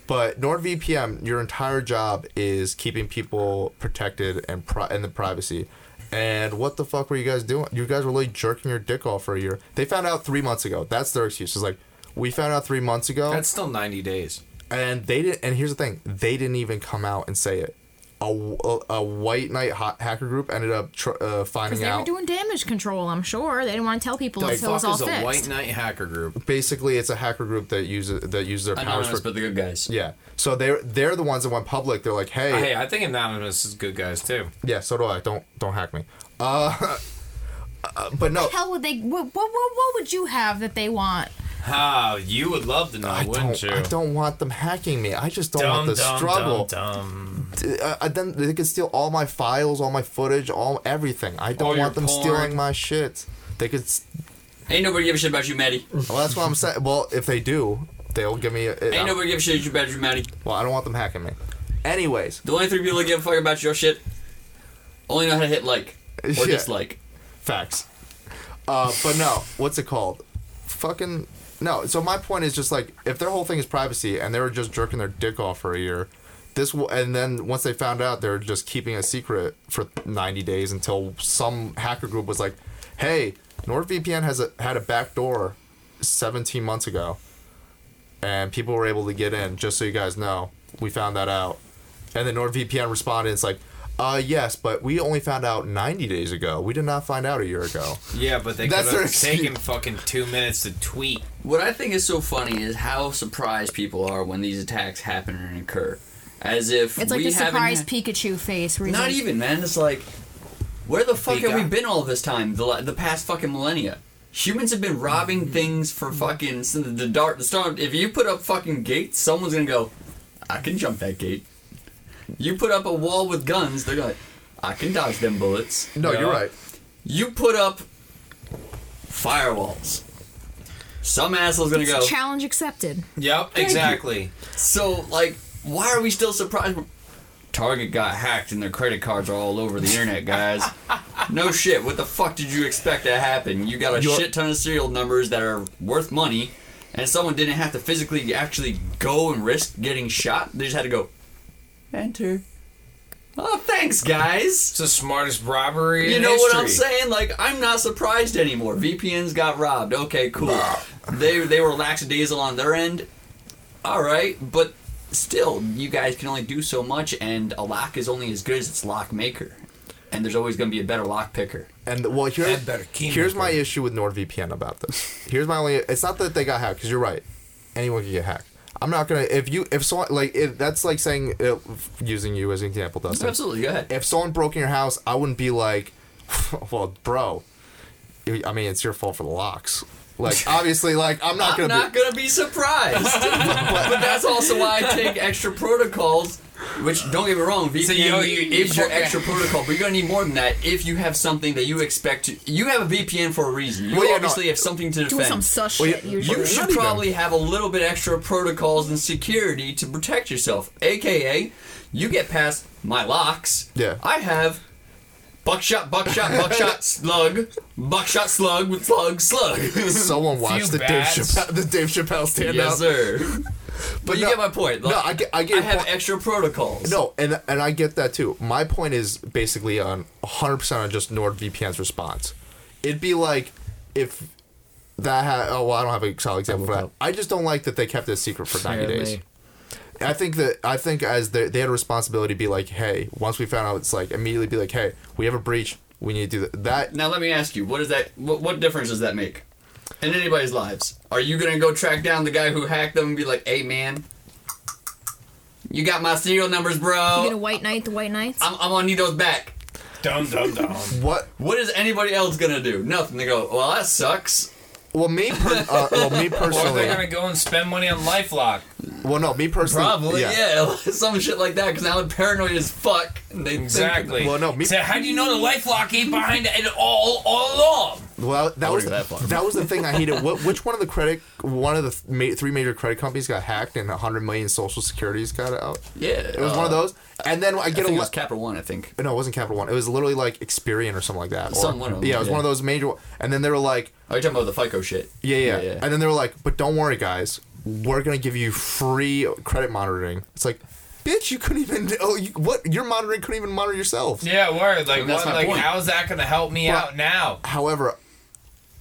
S1: But NordVPN, your entire job is keeping people protected and pri- and the privacy. And what the fuck were you guys doing? You guys were really jerking your dick off for a year. They found out three months ago. That's their excuse. It's like we found out three months ago,
S2: That's still 90 days.
S1: and they didn't. And here's the thing: they didn't even come out and say it. A, a, a white knight ha- hacker group ended up tr- uh, finding
S4: Because they
S1: out.
S4: were doing damage control, I'm sure. They didn't want to tell people
S2: The
S4: until it was
S2: fuck
S4: all
S2: is a white
S4: fixed.
S2: knight hacker group?
S1: Basically, it's a hacker group that uses that uses their powers
S3: Anonymous,
S1: for.
S3: but the good guys.
S1: Yeah, so they're they're the ones that went public. They're like,
S2: Hey, I think Anonymous is good guys too.
S1: Yeah, so do I. Don't don't hack me. Uh, uh, but no,
S4: Hell would they? What, what, what, what would you have that they want?
S2: Ah, you would love to know,
S1: I
S2: wouldn't
S1: don't.
S2: you?
S1: I don't want them hacking me. I just don't
S2: Dum,
S1: want the
S2: dum,
S1: struggle.
S2: dum, dum.
S1: Uh, uh, then they can steal all my files, all my footage, all everything. I
S3: All
S1: don't
S3: your
S1: want them
S3: porn.
S1: stealing my shit. They could. s-
S3: Ain't nobody give a shit about you, Maddie.
S1: Well, that's what I'm saying. Well, if they do, they'll give me. A, I
S3: Ain't
S1: don't-
S3: nobody give a shit about you, Maddie.
S1: well, I don't want them hacking me. Anyways,
S3: The only three people that give a fuck about your shit only know how to hit like or
S1: Yeah.
S3: dislike.
S1: Facts. Uh, but no, what's it called? Fucking no. So my point is just like if their whole thing is privacy and they were just jerking their dick off for a year, this will, and then once they found out, they're just keeping a secret for ninety days until some hacker group was like, "Hey, NordVPN has a, had a backdoor seventeen months ago, and people were able to get in." Just so you guys know, we found that out. And then NordVPN responded, it's like, uh, yes, but we only found out 90 days ago. We did not find out a year ago.
S2: Yeah, but they could
S1: That's their
S2: have
S1: excuse.
S2: taken fucking two minutes to tweet.
S3: What I think is so funny is how surprised people are when these attacks happen and occur. As if
S4: It's like
S3: we
S4: the
S3: haven't
S4: surprise
S3: had-
S4: Pikachu face. Where he's
S3: Not
S4: like,
S3: even, man. It's like, where the fuck have
S2: Pika.
S3: we been all this time? The, la- the past fucking millennia. Humans have been robbing things for fucking since the dark. The start. If you put up fucking gates, someone's gonna go, I can jump that gate. You put up a wall with guns, they're gonna, I can dodge them bullets.
S1: No,
S2: Yeah.
S1: you're right.
S3: You put up firewalls. Some asshole's gonna go.
S4: Challenge accepted.
S2: Yep, exactly.
S3: So, like, why are we still surprised? Target got hacked and their credit cards are all over the internet, guys. no shit. What the fuck did you expect to happen? You got a
S1: You're-
S3: shit ton of serial numbers that are worth money, and someone didn't have to physically actually go and risk getting shot. They just had to go enter. Oh, thanks, guys.
S2: It's the smartest robbery.
S3: You
S2: in
S3: know what I'm
S2: history.
S3: saying? Like, I'm not surprised anymore. VPNs got robbed. Okay, cool. they they were lackadaisical on their end. All right, but still, you guys can only do so much, and a lock is only as good as its lock maker. And there's always going to be a better lock picker.
S1: And well, here's
S2: Add better key
S1: here's my
S2: number.
S1: issue with NordVPN about this. Here's my only. It's not that they got hacked because you're right. Anyone can get hacked. I'm not gonna if you if someone like if, that's like saying uh, using you as an example, Dustin.
S3: Absolutely, go ahead.
S1: If someone broke in your house, I wouldn't be like, well, bro. you- I mean, it's your fault for the locks. Like obviously, like I'm not
S3: I'm
S1: gonna.
S3: not
S1: be,
S3: going to be surprised. but that's also why I take extra protocols Which don't get me wrong, VPN
S2: you know, you- you
S3: is your
S2: forget-
S3: extra protocol, but you're gonna need more than that if you have something that you expect to. You have a VPN for a reason. You
S1: Well, yeah,
S3: obviously
S1: no.
S3: have something to
S4: Doing some
S3: defend.
S4: sus
S1: Well,
S4: shit
S1: you-
S4: usually.
S3: You should
S1: Not even.
S3: probably have a little bit extra protocols and security to protect yourself. AKA, you get past my locks.
S1: Yeah.
S3: I have buckshot, buckshot, buckshot, slug, buckshot, slug with slug, slug.
S1: Someone watched the Dave,
S2: bats.
S1: Chappelle, the Dave Chappelle stand
S3: yes,
S1: up.
S3: sir. But, you
S1: no-
S3: get my point.
S1: no, I get- I get
S3: I
S1: your
S3: have
S1: point.
S3: extra protocols.
S1: No, and and I get that too. My point is basically on 100% on just NordVPN's response. It'd be like if that had. Oh, well, I don't have a solid example for that. I just don't like that they kept it a secret for 90 days. I think that I think as they, they had a responsibility to be like, hey, once we found out, it's like immediately be like, hey, we have a breach. We need to do that. that
S3: Now let me ask you, what is that? What, what difference does that make in anybody's lives? Are you gonna go track down the guy who hacked them and be like, "Hey, man, you got my serial numbers,
S4: You get a
S3: bro.
S4: white knight, the white knights.
S3: I'm, I'm gonna need those back."
S2: Dum dum dum.
S1: what?
S3: What is anybody else gonna do? Nothing. They go, "Well, that sucks."
S1: Well, me. Per- uh, well, me
S2: Or they're gonna
S1: personally.
S2: go and spend money on LifeLock.
S1: Well, no, me personally.
S3: Probably, yeah, some shit like that. Because now they're paranoid as fuck. And they Think,
S2: Exactly.
S1: Well, no, me-
S2: So how do you know the LifeLock ain't behind it all all along?
S1: Well, that was
S3: go that far.
S1: that, was the thing I hated. What, which one of the credit one of the th- ma- three major credit companies got hacked and 100 million social securities got out?
S3: yeah,
S1: It was one of those. And then Uh, I
S3: I
S1: get
S3: think
S1: a
S3: it
S1: le-
S3: was Capital One. I think.
S1: no, it wasn't Capital One. It was literally like Experian or something like that. Or,
S3: Some one of them,
S1: yeah, it was
S3: yeah.
S1: one of those major. And then they were like,
S3: Are you talking about the FICO shit?
S1: yeah, yeah, And then they were like, but don't worry, guys, we're gonna give you free credit monitoring. It's like, bitch, you couldn't even. Oh, you, what? Your monitoring couldn't even monitor yourself.
S2: Yeah, word. Like,
S3: And that's
S2: what,
S3: my
S2: like
S3: point.
S2: how's that gonna help me
S1: But-
S2: out now?
S1: However,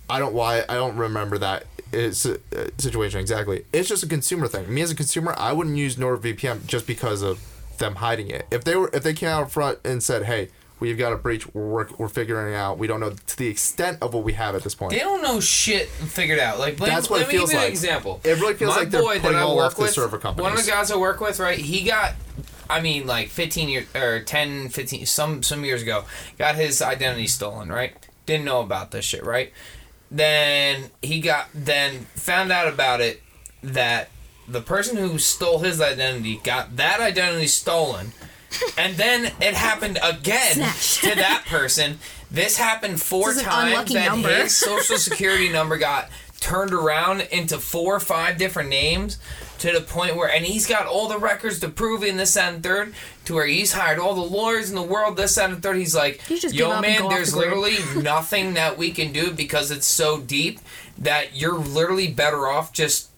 S1: I don't why I don't remember that it's uh, situation exactly. It's just a consumer thing. Me as a consumer, I wouldn't use NordVPN just because of them hiding it. If they were if they came out front and said, "Hey, we've got a breach. We're work, we're figuring it out. We don't know to the extent of what we have at this point."
S2: They don't know shit figured out. Like, let,
S1: That's what
S2: let
S1: it
S2: me
S1: feels
S2: give you
S1: like.
S2: an example.
S1: It really feels
S2: My
S1: like they're
S2: boy that
S1: putting
S2: I
S1: all
S2: work
S1: off the
S2: with-
S1: server
S2: One of
S1: companies.
S2: the guys I work with, right? He got, I mean, like 15 years or 10, 15, some some years ago, got his identity stolen, right? Didn't know about this shit, right? Then he got, then found out about it that the person who stole his identity got that identity stolen. And then it happened again
S4: Snatched.
S2: to that person. This happened four
S4: This is an
S2: times.
S4: unlucky
S2: That
S4: number.
S2: his social security number got turned around into four or five different names to the point where, and he's got all the records to prove in this that, and third, to where he's hired all the lawyers in the world, this that, and third. He's like,
S4: You just give up and
S2: yo,
S4: go
S2: man,
S4: off
S2: there's
S4: the grid."
S2: literally nothing that we can do because it's so deep that you're literally better off just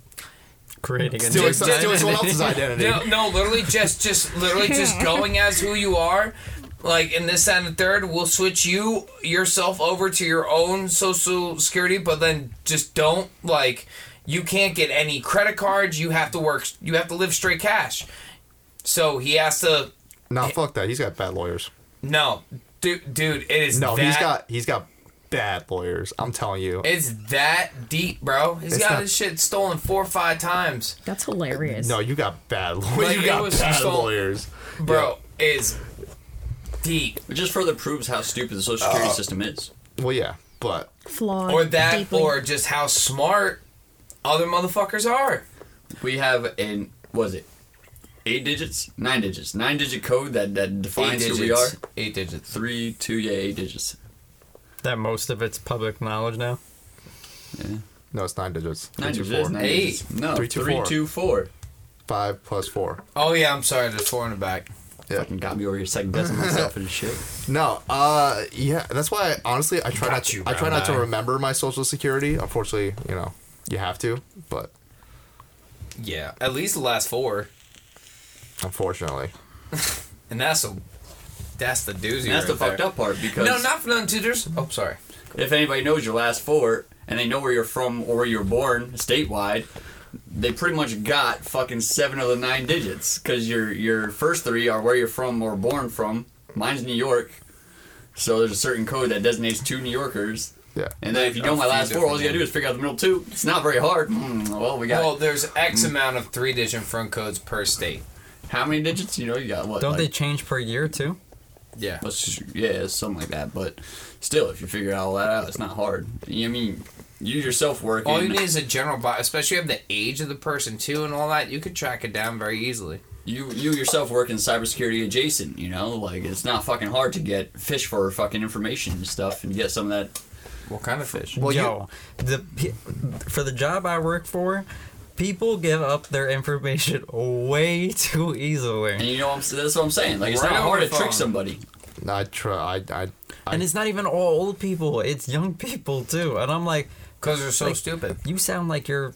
S5: Creating a
S1: doing,
S5: new
S1: some- doing someone
S5: identity.
S1: else's identity.
S2: no, no, literally just, just literally just going as who you are. Like in this that, and the third, we'll switch you yourself over to your own social security, but then just don't like you can't get any credit cards. You have to work. You have to live straight cash. So he has to
S1: Nah, fuck that. He's got bad lawyers.
S2: no, dude. Dude, it is
S1: No,
S2: that,
S1: he's got he's got bad lawyers. I'm telling you.
S2: It's that deep, bro. He's
S1: It's
S2: got
S1: not-
S2: his shit stolen four or five times,
S4: That's hilarious.
S1: no, you got bad lawyers.
S2: Like,
S1: you
S2: it
S1: got
S2: was
S1: bad
S2: just all-
S1: lawyers.
S2: bro. Is deep.
S3: It just further proves how stupid the social
S2: Oh.
S3: security system is.
S1: Well, yeah, but
S4: Flawed.
S2: or that
S4: deeply.
S2: or just how smart other motherfuckers are
S3: we have an was it eight digits nine digits nine digit code that that defines who we are
S2: eight digits
S3: three two yeah eight digits
S5: that most of it's public knowledge now.
S1: no, it's nine digits.
S3: nine
S1: Three, two,
S3: digits
S1: four.
S3: nine
S2: Eight.
S3: digits. no
S1: Three,
S3: three
S1: two,
S3: two four.
S1: four. Five plus four.
S2: oh yeah i'm sorry there's four in the back
S1: Yeah.
S3: fucking got me over here second guessing myself and shit
S1: No, uh, yeah, that's why I, honestly I try
S2: Got
S1: not to,
S2: you,
S1: I try not to
S2: Brown Eye.
S1: remember my social security. Unfortunately, you know, you have to, but
S2: yeah at least the last four
S1: unfortunately,
S2: and that's a that's the doozy
S3: and that's the
S2: right
S3: fucked
S2: there.
S3: up part because
S2: no not for none tutors oh sorry
S3: if anybody knows your last four and they know where you're from or where you were born statewide they pretty much got fucking seven of the nine digits because your your first three are where you're from or born from mine's new york so there's a certain code that designates two new yorkers
S1: yeah.
S3: And then if you
S2: A
S3: know my
S2: few
S3: last four, all you
S2: different
S3: gotta do is figure out the middle two. It's not very hard. Hmm, well, we got
S2: well there's x amount of three digit front codes per state
S3: how many digits? You know, you got what?
S5: Don't they
S3: like,
S5: change per year too?
S2: yeah
S3: let's just- yeah, something like that. But still, if you figure all that out, it's not hard. You- I mean, you yourself work.
S2: all you
S3: in-
S2: need is a general body especially if you have the age of the person too and all that you could track it down very easily
S3: you you yourself work in cybersecurity adjacent. You know, like it's not fucking hard to get fish for fucking information and stuff, and get some of that.
S2: What kind of fish?
S1: Well, you-
S5: Yo, the pe- for the job I work for, people give up their information way too easily.
S3: And you know, what I'm, s- that's what I'm saying. Like it's
S2: Right
S3: not
S2: on
S3: hard
S2: the
S3: to trick
S2: phone.
S3: somebody.
S1: I try. I. I, I
S5: and it's not even all old people; it's young people too. And I'm like,
S2: Because they're so
S5: like,
S2: stupid.
S5: You sound like you're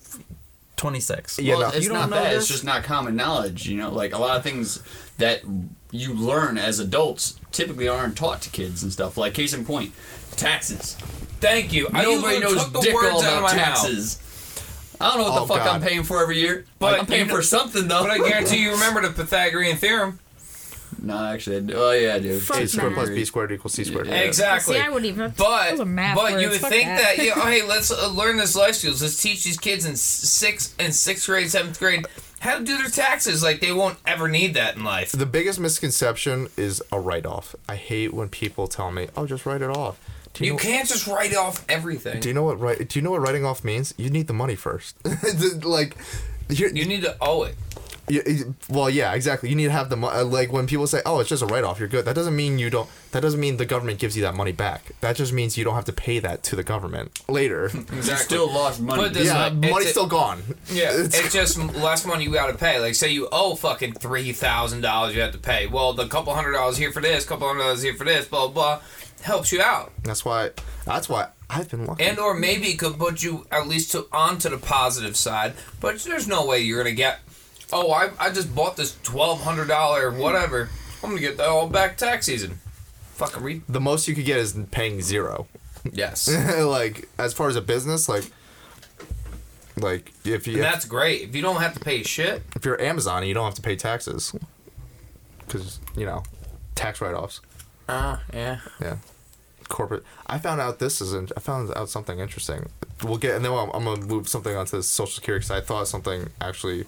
S5: 26.
S1: Yeah,
S3: well,
S1: no.
S3: it's
S5: You
S3: not
S5: don't know
S3: bad. It's
S5: this?
S3: just not common knowledge. You know, like a lot of things that you learn as adults typically aren't taught to kids and stuff. Like case in point, taxes.
S2: Thank you. I
S3: Nobody
S2: literally
S3: knows
S2: took the
S3: dick all
S2: words out of
S3: about
S2: my mouth.
S3: taxes. I don't know what the
S1: Oh,
S3: fuck I'm
S1: God.
S3: paying for every year,
S2: But
S3: but I'm paying
S2: you know-
S3: for something though.
S2: But I guarantee you remember the Pythagorean theorem.
S3: no, actually, I do. oh yeah, I do.
S4: Fuck
S1: a squared
S4: math.
S1: plus b squared equals c squared.
S3: Yeah.
S2: Exactly.
S4: See, I wouldn't even.
S2: But
S4: those are math
S2: but you
S4: words.
S2: would
S4: Fuck
S2: think that, you know, hey, let's uh, learn this life skills. Let's teach these kids in s- sixth and sixth grade, seventh grade how to do their taxes. Like they won't ever need that in life.
S1: The biggest misconception is a write off. I hate when people tell me, "Oh, just write it off." Do
S2: You
S1: know-
S2: can't just write off everything.
S1: Do you know what right? Do you know what writing off means? You need the money first. like, here,
S2: You need to owe it.
S1: you- you- well, yeah, exactly. You need to have the money. Like when people say, "Oh, it's just a write off. You're good." That doesn't mean you don't. That doesn't mean the government gives you that money back. That just means you don't have to pay that to the government later.
S3: You still lost money.
S2: But does-
S1: yeah,
S2: like- it's
S1: money's
S2: a-
S1: still gone.
S2: Yeah,
S1: It's-
S2: it's just less money you got to pay. Like, say you owe fucking three thousand dollars, you have to pay. Well, the couple hundred dollars here for this, couple hundred dollars here for this, blah blah, blah helps you out,
S1: that's why. That's why I've been lucky.
S2: and or maybe it could put you at least to onto the positive side. But there's no way you're gonna get. Oh, I I just bought this twelve hundred dollar whatever. I'm gonna get that all back tax season. Fucking read.
S1: the most you could get is paying zero.
S2: Yes, and
S1: like as far as a business, like, like if you
S2: that's great. If you don't have to pay shit,
S1: if you're Amazon, you don't have to pay taxes because you know tax write-offs.
S2: ah, yeah.
S1: Uh, Yeah, corporate. I found out this is. in- I found out something interesting. We'll get and then I'm, I'm gonna move something onto the Social Security because I thought something actually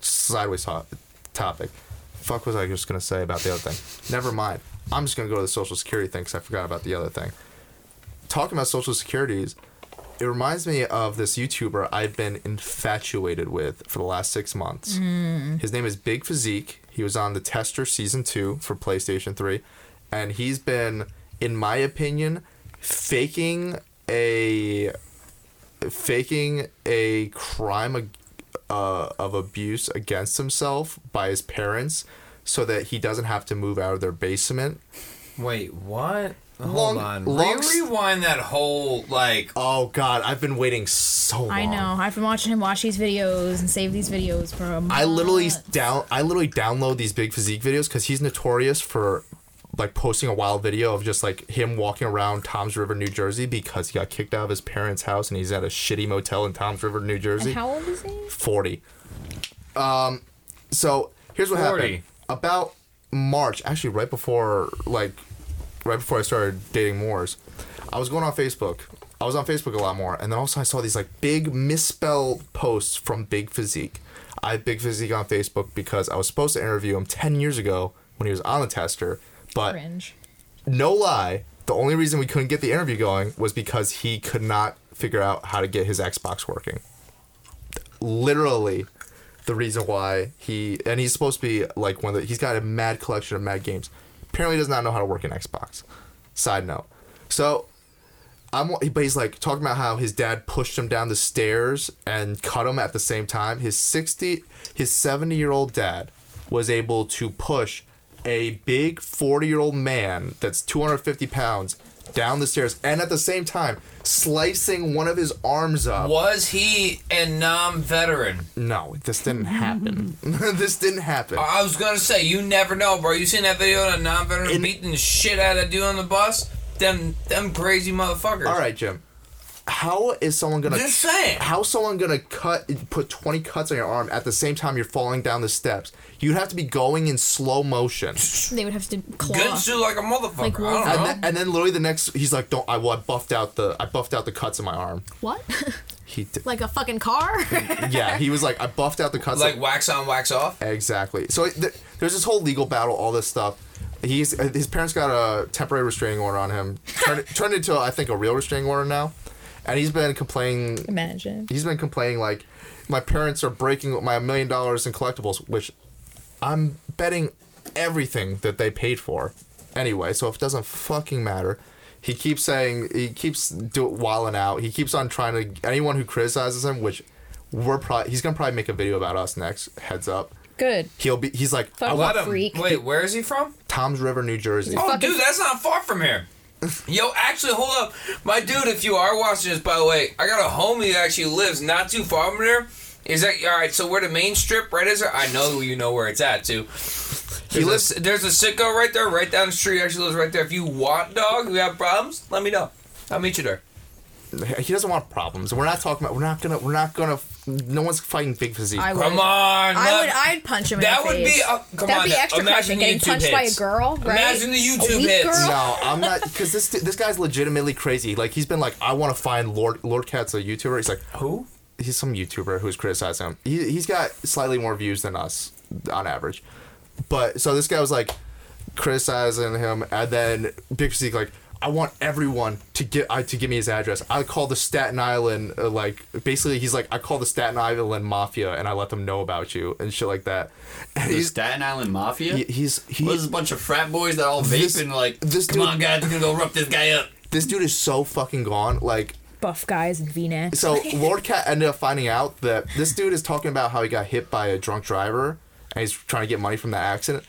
S1: sideways hot topic. Fuck was I just gonna say about the other thing? Never mind. I'm just gonna go to the Social Security thing because I forgot about the other thing. Talking about Social Securities, it reminds me of this YouTuber I've been infatuated with for the last six months. His name is Big Physique. He was on the Tester Season 2 for PlayStation 3. And he's been, in my opinion, faking a faking a crime ag- uh, of abuse against himself by his parents so that he doesn't have to move out of their basement.
S2: Wait, what? Hold
S1: Long-
S2: on.
S1: long
S2: Re-
S1: s-
S2: rewind that whole like
S1: Oh god, I've been waiting so long.
S4: I know. I've been watching him watch these videos and save these videos for him.
S1: I literally down I literally download these big physique videos because he's notorious for like posting a wild video of just like him walking around Tom's River, New Jersey because he got kicked out of his parents' house and he's at a shitty motel in Tom's River, New Jersey.
S4: How old is he?
S1: Forty. Um so here's what
S2: 40.
S1: happened. About March, actually right before like right before I started dating Moors, I was going on Facebook. I was on Facebook a lot more, and then also I saw these like big misspell posts from Big Physique. I have Big Physique on Facebook because I was supposed to interview him ten years ago when he was on the tester, but
S4: Cringe.
S1: no lie, the only reason we couldn't get the interview going was because he could not figure out how to get his Xbox working. Literally, the reason why he and he's supposed to be like one of the, he's got a mad collection of mad games. Apparently, does not know how to work an Xbox. Side note. So I'm, but he's like talking about how his dad pushed him down the stairs and cut him at the same time. His sixty, his seventy year old dad was able to push a big forty year old man that's two hundred fifty pounds down the stairs and at the same time slicing one of his arms up.
S2: Was he a non veteran?
S1: No, this didn't happen. Uh, this didn't happen.
S2: I was gonna say, you never know, bro. You seen that video of a non veteran
S1: In-
S2: beating the shit out of a dude on the bus? Them them crazy motherfuckers.
S1: All right, Jim. How is someone gonna?
S2: Just saying.
S1: How's someone gonna cut put twenty cuts on your arm at the same time you're falling down the steps? You'd have to be going in slow motion.
S4: They would have to claw.
S2: Good to like a motherfucker.
S4: Like,
S2: I
S1: And,
S2: don't know.
S1: then- and then literally the next, he's like, "Don't I? Well, I buffed out the I buffed out the cuts in my arm."
S4: What?
S1: He did.
S4: like a fucking car?
S1: yeah, he was like, "I buffed out the cuts."
S2: like wax on, wax off.
S1: Exactly. So th- there's this whole legal battle, all this stuff. He's uh, his parents got a temporary restraining order on him, turned, turned into I think a real restraining order now, and he's been complaining.
S4: Imagine.
S1: He's been complaining like, my parents are breaking my million dollars in collectibles, which I'm betting everything that they paid for anyway. So if it doesn't fucking matter. He keeps saying he keeps do wilding out. He keeps on trying to anyone who criticizes him, which we're probably he's gonna probably make a video about us next. Heads up.
S4: Good.
S1: He'll be he's like
S4: Fuck.
S1: I want
S2: Let him.
S4: freak.
S2: Wait, where is he from?
S1: Tom's River, New Jersey.
S2: Oh,
S4: fucking-
S2: dude, that's not far from here. Yo, actually, hold up, my dude. If you are watching this, by the way, I got a homie that actually lives not too far from here. Is that all right? So where the main strip right is? I know you know where it's at too. He lives. there's a sicko right there, right down the street. Actually, lives right there. If you want dog, you have problems, let me know. I'll meet you there.
S1: He doesn't want problems. We're not talking about. We're not gonna. We're not gonna. No one's fighting big physique.
S4: I would.
S2: Come on.
S4: I
S2: love-
S4: would. I'd punch him.
S2: That
S4: in the
S2: would be-
S4: face.
S2: uh, come
S4: That'd
S2: on,
S4: be extra
S2: imagine
S4: crushing. Getting
S2: YouTube
S4: punched by a
S2: hits.
S4: girl. Right?
S2: Imagine the YouTube
S4: a weak
S2: hits.
S4: Girl?
S1: No, I'm not because this this guy's legitimately crazy. Like he's been like, I want to find Lord Lord Cat's a YouTuber. He's like,
S2: Who?
S1: he's some YouTuber who's criticizing him. He he's got slightly more views than us on average, but so this guy was like criticizing him, and then Big Physique like. I want everyone to get I, to give me his address. I call the Staten Island uh, like basically he's like I call the Staten Island mafia and I let them know about you and shit like that. And
S3: The
S1: he's
S3: Staten Island Mafia?
S1: he, he's he,
S3: Well, there's a bunch of frat boys that all vape
S1: This-
S3: and like,
S1: this
S3: come
S1: dude-
S3: on, guys, we're gonna go rough this guy up.
S1: this dude is so fucking gone. Like
S4: Buff guys and V-necks.
S1: So Lord Cat ended up finding out that this dude is talking about how he got hit by a drunk driver and he's trying to get money from that accident.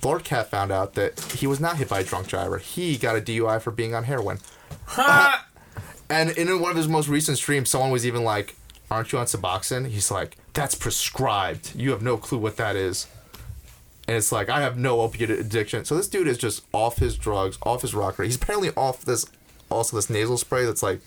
S1: Lord Cat found out that he was not hit by a drunk driver. He got a DUI for being on heroin.
S2: Ha!
S1: And in one of his most recent streams, someone was even like, "Aren't you on Suboxone?" He's like, "That's prescribed. You have no clue what that is." And it's like, "I have no opiate addiction." So this dude is just off his drugs, off his rocker. He's apparently off this also this nasal spray that's like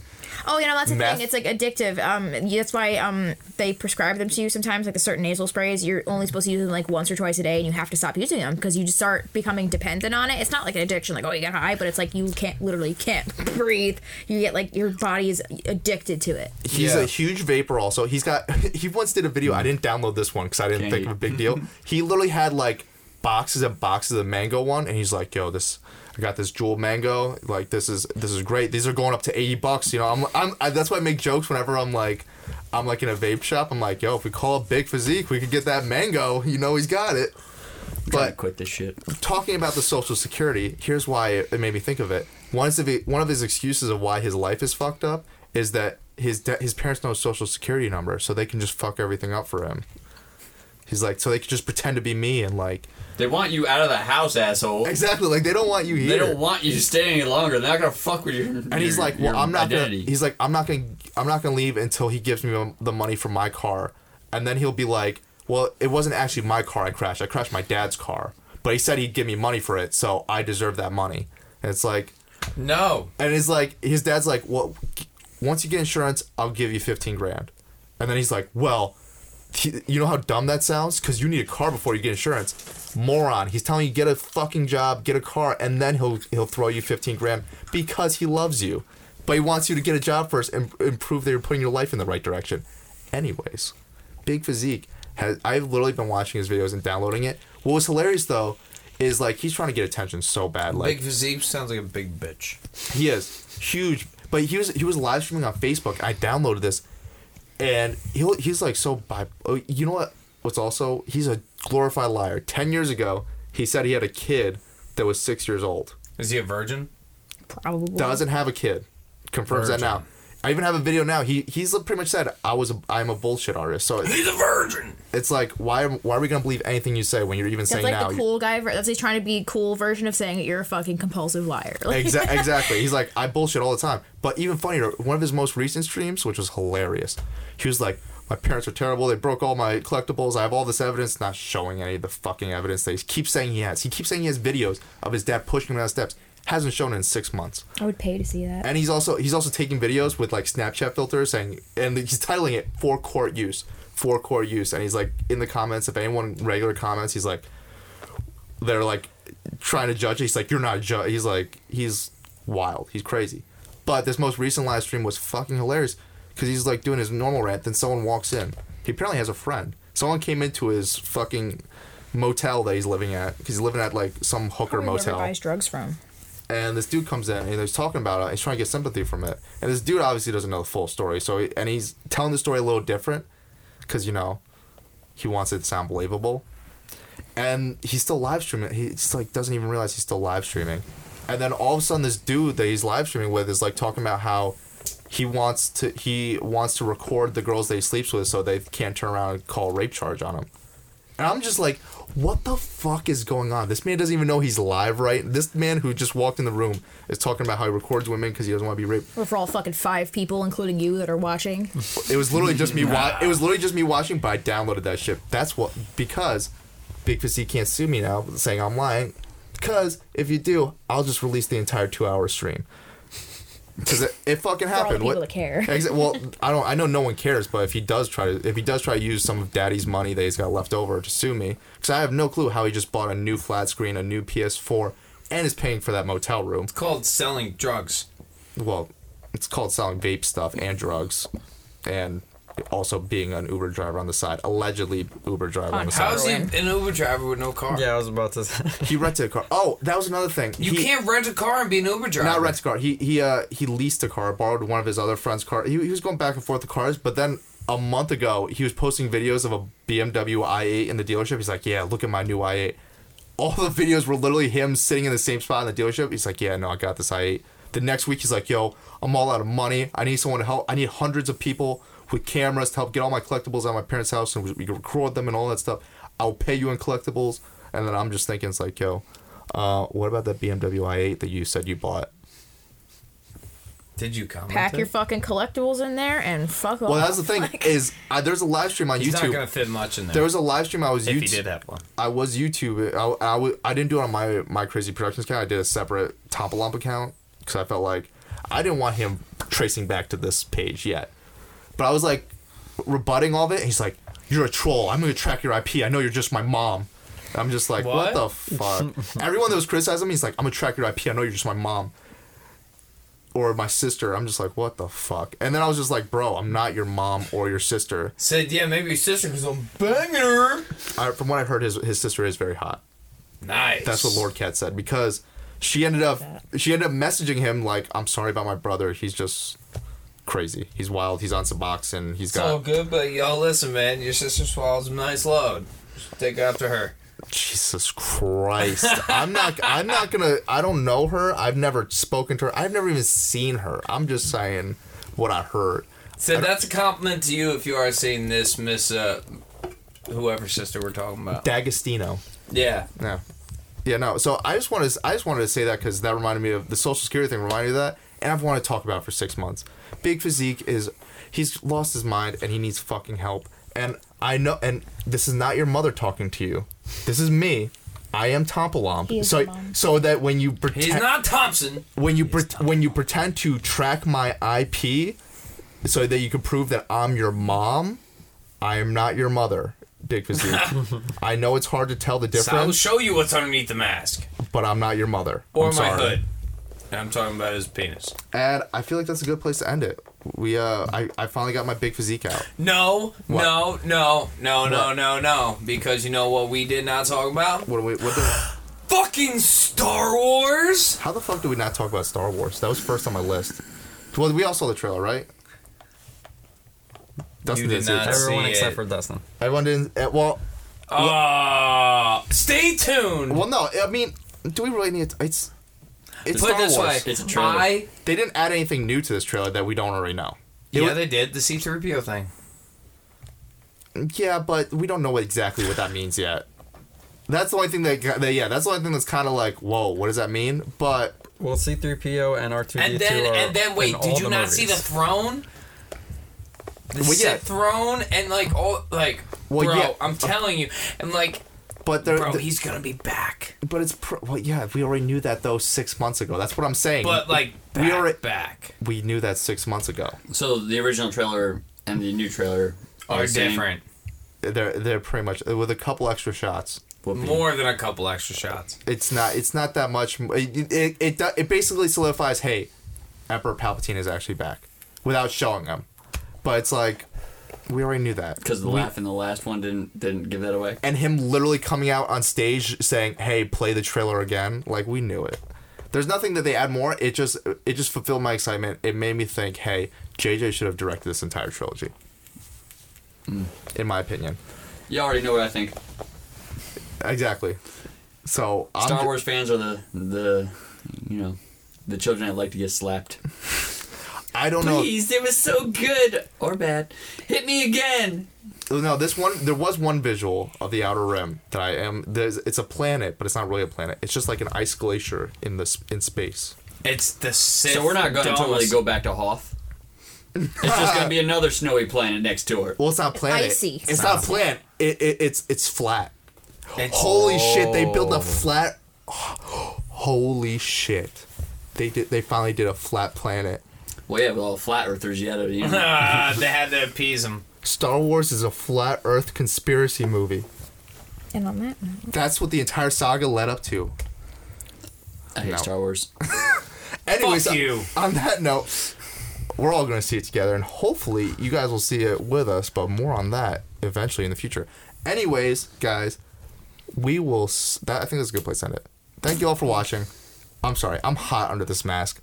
S4: Oh, you know that's the
S1: Meth.
S4: thing. It's like addictive. Um, that's why um they prescribe them to you sometimes. Like the certain nasal sprays, you're only supposed to use them like once or twice a day, and you have to stop using them because you just start becoming dependent on it. It's not like an addiction, like oh you got high, but it's like you can't literally can't breathe. You get like your body is addicted to it.
S1: He's
S2: Yeah.
S1: a huge vapor. Also, he's got. He once did a video. I didn't download this one because I didn't
S3: Mm. Can't
S1: think
S3: eat.
S1: of a big deal. he literally had like boxes and boxes of mango one, and he's like, "Yo, this. I got this jewel mango. Like this is this is great. These are going up to eighty bucks. You know, I'm I'm. I, that's why I make jokes whenever I'm like, I'm like in a vape shop. I'm like, yo, if we call up Big Physique, we could get that mango. You know, he's got it.
S3: Gotta
S1: But
S3: quit this shit.
S1: talking about the social security, here's why it made me think of it. One is if one of his excuses of why his life is fucked up is that his de- his parents know his social security number, so they can just fuck everything up for him. He's like, so they could just pretend to be me and like
S3: They want you out of the house, asshole.
S1: exactly like they don't want you
S3: They
S1: here.
S3: don't want you to stay any longer. They're not gonna fuck with your.
S1: and he's like, well, I'm not
S3: Identity.
S1: gonna. He's like, I'm not gonna. I'm not gonna leave until he gives me the money for my car, and then he'll be like, well, it wasn't actually my car I crashed. I crashed my dad's car, but he said he'd give me money for it, so I deserve that money. And it's like,
S2: no.
S1: And it's like his dad's like, "Well, g- once you get insurance, I'll give you fifteen grand." And then he's like, "Well, he, you know how dumb that sounds? Because you need a car before you get insurance, moron." He's telling you get a fucking job, get a car, and then he'll he'll throw you fifteen grand because he loves you, but he wants you to get a job first and, and prove that you're putting your life in the right direction. Anyways, big physique. Has, I've literally been watching his videos and downloading it. What was hilarious though is like he's trying to get attention so bad. Like
S2: Big physique sounds like a big bitch.
S1: he is huge, but he was he was live streaming on Facebook. I downloaded this, and he he's like so bi. oh, You know what? What's also he's a glorified liar. Ten years ago, he said he had a kid that was six years old.
S2: Is he a virgin?
S4: Probably
S1: Doesn't have a kid. Confirms that now. I even have a video now. He he's pretty much said I was a, I'm a bullshit artist. So
S2: He's a virgin.
S1: it's like why why are we gonna believe anything you say when you're even
S4: That's
S1: saying
S4: like
S1: now?
S4: the cool guy. ver- That's like trying to be cool version of saying that you're a fucking compulsive liar. Like,
S1: Exa- exactly. He's like, I bullshit all the time. But even funnier, one of his most recent streams, which was hilarious, he was like, My parents are terrible. They broke all my collectibles. I have all this evidence, not showing any of the fucking evidence that he keeps saying he has. He keeps saying he has videos of his dad pushing him down steps. Hasn't shown it in six months.
S4: I would pay to see that.
S1: And he's also he's also taking videos with like Snapchat filters saying and he's titling it for court use. For court use. And he's like in the comments, if anyone regular comments, he's like they're like trying to judge. it. He's like, You're not a judge he's like he's wild. He's crazy. But this most recent live stream was fucking hilarious because he's like doing his normal rant, then someone walks in. He apparently has a friend. Someone came into his fucking motel that he's living at because he's living at like some hooker motel
S4: buys drugs from.
S1: and this dude comes in and he's talking about it. He's trying to get sympathy from it, and this dude obviously doesn't know the full story. So he, and he's telling the story a little different, because you know he wants it to sound believable. And he's still live streaming. He just like doesn't even realize he's still live streaming. And then all of a sudden, this dude that he's live streaming with is like talking about how he wants to he wants to record the girls that he sleeps with so they can't turn around and call a rape charge on him. And I'm just like, what the fuck is going on? This man doesn't even know he's live, right? This man who just walked in the room is talking about how he records women because he doesn't want to be raped.
S4: We're for all fucking five people, including you, that are watching.
S1: It was literally just me. Wa- it was literally just me watching, but I downloaded that shit. That's what because Big Pussy can't sue me now, saying I'm lying. Because if you do, I'll just release the entire two-hour stream. Because it, it fucking
S4: all the
S1: happened.
S4: people that care.
S1: Exa- well, I don't. I know no one cares, but if he does try to, if he does try to use some of Daddy's money that he's got left over to sue me, because I have no clue how he just bought a new flat screen, a new PS4, and is paying for that motel room.
S2: called selling drugs.
S1: Well, it's called selling vape stuff and drugs, and also being an Uber driver on the side, allegedly Uber driver on the
S2: How
S1: side.
S2: is he an Uber driver with no car?
S5: Yeah, I was about to say.
S1: He rented a car. Oh, that was another thing.
S2: You
S1: He-
S2: can't rent a car and be an Uber driver.
S1: Not rent a car. He he uh he leased a car, borrowed one of his other friends' car. He, he was going back and forth with cars, but then a month ago he was posting videos of a BMW i8 in the dealership. He's like, yeah, look at my new i8. All the videos were literally him sitting in the same spot in the dealership. He's like, yeah, no, I got this i8. The next week he's like, yo, I'm all out of money. I need someone to help. I need hundreds of people with cameras to help get all my collectibles out of my parents' house and we can record them and all that stuff. I'll pay you in collectibles. And then I'm just thinking, it's like, yo, uh, what about that BMW i8 that you said you bought?
S2: Did you comment?
S4: Pack your
S2: it?
S4: fucking collectibles in there and fuck off.
S1: Well, that's the thing
S4: Like,
S1: is I, there's a live stream on
S2: He's not
S1: YouTube.
S2: gonna fit much in there.
S1: there was a live stream I was
S2: if he
S1: YouTube.
S2: did have one.
S1: I was YouTube. I, I, w- I didn't do it on my my crazy productions account. I did a separate Topalump account because I felt like I didn't want him tracing back to this page yet. But I was like rebutting all of it. And he's like, "You're a troll. I'm gonna track your IP. I know you're just my mom." I'm just like, what,
S2: What?
S1: the fuck? Everyone that was criticizing me, he's like, I'm gonna track your IP. I know you're just my mom or my sister. I'm just like, what the fuck? And then I was just like, bro, I'm not your mom or your sister.
S2: Said yeah, maybe your sister because I'm banging her.
S1: I, from what I've heard, his his sister is very hot.
S2: Nice.
S1: That's what Lord Cat said because she ended up she ended up messaging him like, "I'm sorry about my brother. He's just crazy. He's wild. He's on Suboxone. He's
S2: It's all
S1: got
S2: good, but y'all listen, man. Your sister swallows a nice load. Just Take after her.
S1: Jesus Christ. I'm not. I'm not gonna. I don't know her. I've never spoken to her. I've never even seen her. I'm just saying what I heard.
S2: So that's a compliment to you if you are seeing this, Miss uh, whoever sister we're talking about.
S1: D'Agostino.
S2: Yeah.
S1: Yeah. Yeah, no. So I just wanted to, I just wanted to say that because that reminded me of the social security thing reminded me of that, and I've wanted to talk about it for six months. Big physique is he's lost his mind and he needs fucking help. And I know, and this is not your mother talking to you. This is me. I am
S4: He
S1: Topalomp.
S4: is
S1: So
S4: your mom.
S1: so that when you pretend
S2: He's not Thompson.
S1: when you pre- when you pretend to track my IP, so that you can prove that I'm your mom, I am not your mother. Big physique. I know it's hard to tell the
S2: So I'll
S1: difference
S2: show you what's underneath the mask.
S1: but I'm not your mother.
S2: Or
S1: I'm
S2: my
S1: sorry.
S2: hood. And I'm talking about his penis.
S1: And I feel like that's a good place to end it. We uh, I, I finally got my big physique out.
S2: No,
S1: What?
S2: no, no, no, no,
S1: What?
S2: no, no. Because you know what we did not talk about?
S1: What do we? What the,
S2: Fucking Star Wars!
S1: how the fuck did we not talk about Star Wars? That was first on my list. Well, we all saw the trailer, right? Dustin
S2: You did
S1: see it.
S2: not. Let's
S5: Everyone
S2: see
S5: except
S2: it.
S5: for Dustin.
S1: Everyone didn't. eh, Well,
S2: Uh, stay tuned.
S1: well, no. I mean, do we really need? To, it's it's
S2: Put it
S1: Star
S2: this
S1: Wars.
S2: way.
S3: It's a trailer.
S2: I,
S1: They didn't add anything new to this trailer that we don't already know. It
S2: yeah,
S1: was-
S2: they did. The C-3PO thing.
S1: yeah, but we don't know what, exactly what that means yet. That's the only thing that, that yeah. That's the only thing that's kind of like, whoa, what does that mean? But
S5: Well, C3PO and R2D2
S2: And then,
S5: are
S2: and then,
S5: uh, in
S2: wait,
S5: all
S2: did you
S5: the
S2: not see the
S5: movies.
S2: throne? The
S1: Well, yeah.
S2: Sith throne and like all like,
S1: Well,
S2: bro,
S1: yeah.
S2: I'm telling you, and like,
S1: but there,
S2: bro,
S1: the-
S2: he's gonna be back.
S1: But it's pr- well, yeah. We already knew that though six months ago. That's what I'm saying.
S2: But like,
S1: We
S2: back, we
S1: alre-
S2: are back.
S1: we knew that six months ago.
S3: So the original trailer and the new trailer
S2: Are
S3: the same.
S2: different.
S1: They're they're pretty much with a couple extra shots.
S3: Whoopee.
S2: More than a couple extra shots.
S1: It's not it's not that much. m- It it it, do- it basically solidifies. Hey, Emperor Palpatine is actually back, without showing him. But it's like we already knew that
S3: Because the laugh in the last one didn't didn't give that away.
S1: and him literally coming out on stage saying, "Hey, play the trailer again." Like we knew it. There's nothing that they add more. It just it just fulfilled my excitement. It made me think, "Hey, JJ should have directed this entire trilogy."
S3: Mm.
S1: in my opinion.
S3: You already know what I think.
S1: Exactly. So I'm
S3: Star
S1: ju-
S3: Wars fans are the the you know the children that like to get slapped.
S1: I don't know.
S3: Please, it was so good or bad. Hit me again.
S1: No, this one there was one visual of the outer rim that I am. There's, it's a planet, but it's not really a planet. It's just like an ice glacier in this in space.
S2: It's the Sith.
S3: so we're not going to
S2: dumbest-
S3: totally go back to Hoth. It's just going to be another snowy planet next to her.
S1: Well, it's not a planet.
S4: icy.
S1: It's, not, a planet. It, it, it's it's flat. Holy shit! They built a flat. Holy shit! They did. They finally did a flat planet.
S3: Well, yeah, with all the flat earthers, you had to, you know.
S2: Ah, they had to appease him.
S1: Star Wars is a flat Earth conspiracy movie.
S4: And on that note,
S1: That's what the entire saga led up to.
S3: I hate
S1: No.
S3: Star Wars.
S1: Anyways, uh,
S2: Fuck you.
S1: on that note, we're all going to see it together, and hopefully, you guys will see it with us. But more on that eventually in the future. Anyways, guys, we will. S- that I think that's a good place to end it. Thank you all for watching. I'm sorry, I'm hot under this mask.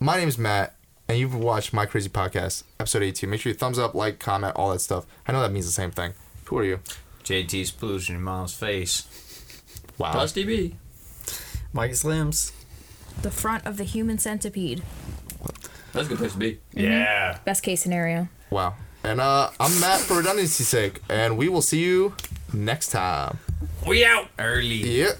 S1: My name is Matt, and you've watched my crazy podcast, episode 18. Make sure you thumbs up, like, comment, all that stuff. I know that means the same thing. Who are you?
S2: JT's pollution in Miles' face.
S1: Wow.
S3: Plus DB.
S5: Mike Slims.
S4: the front of the human centipede.
S3: That's a good place to be.
S2: Yeah.
S4: Best case scenario.
S1: Wow. And uh, I'm Matt for redundancy's sake, and we will see you next time.
S2: We out early.
S1: Yep.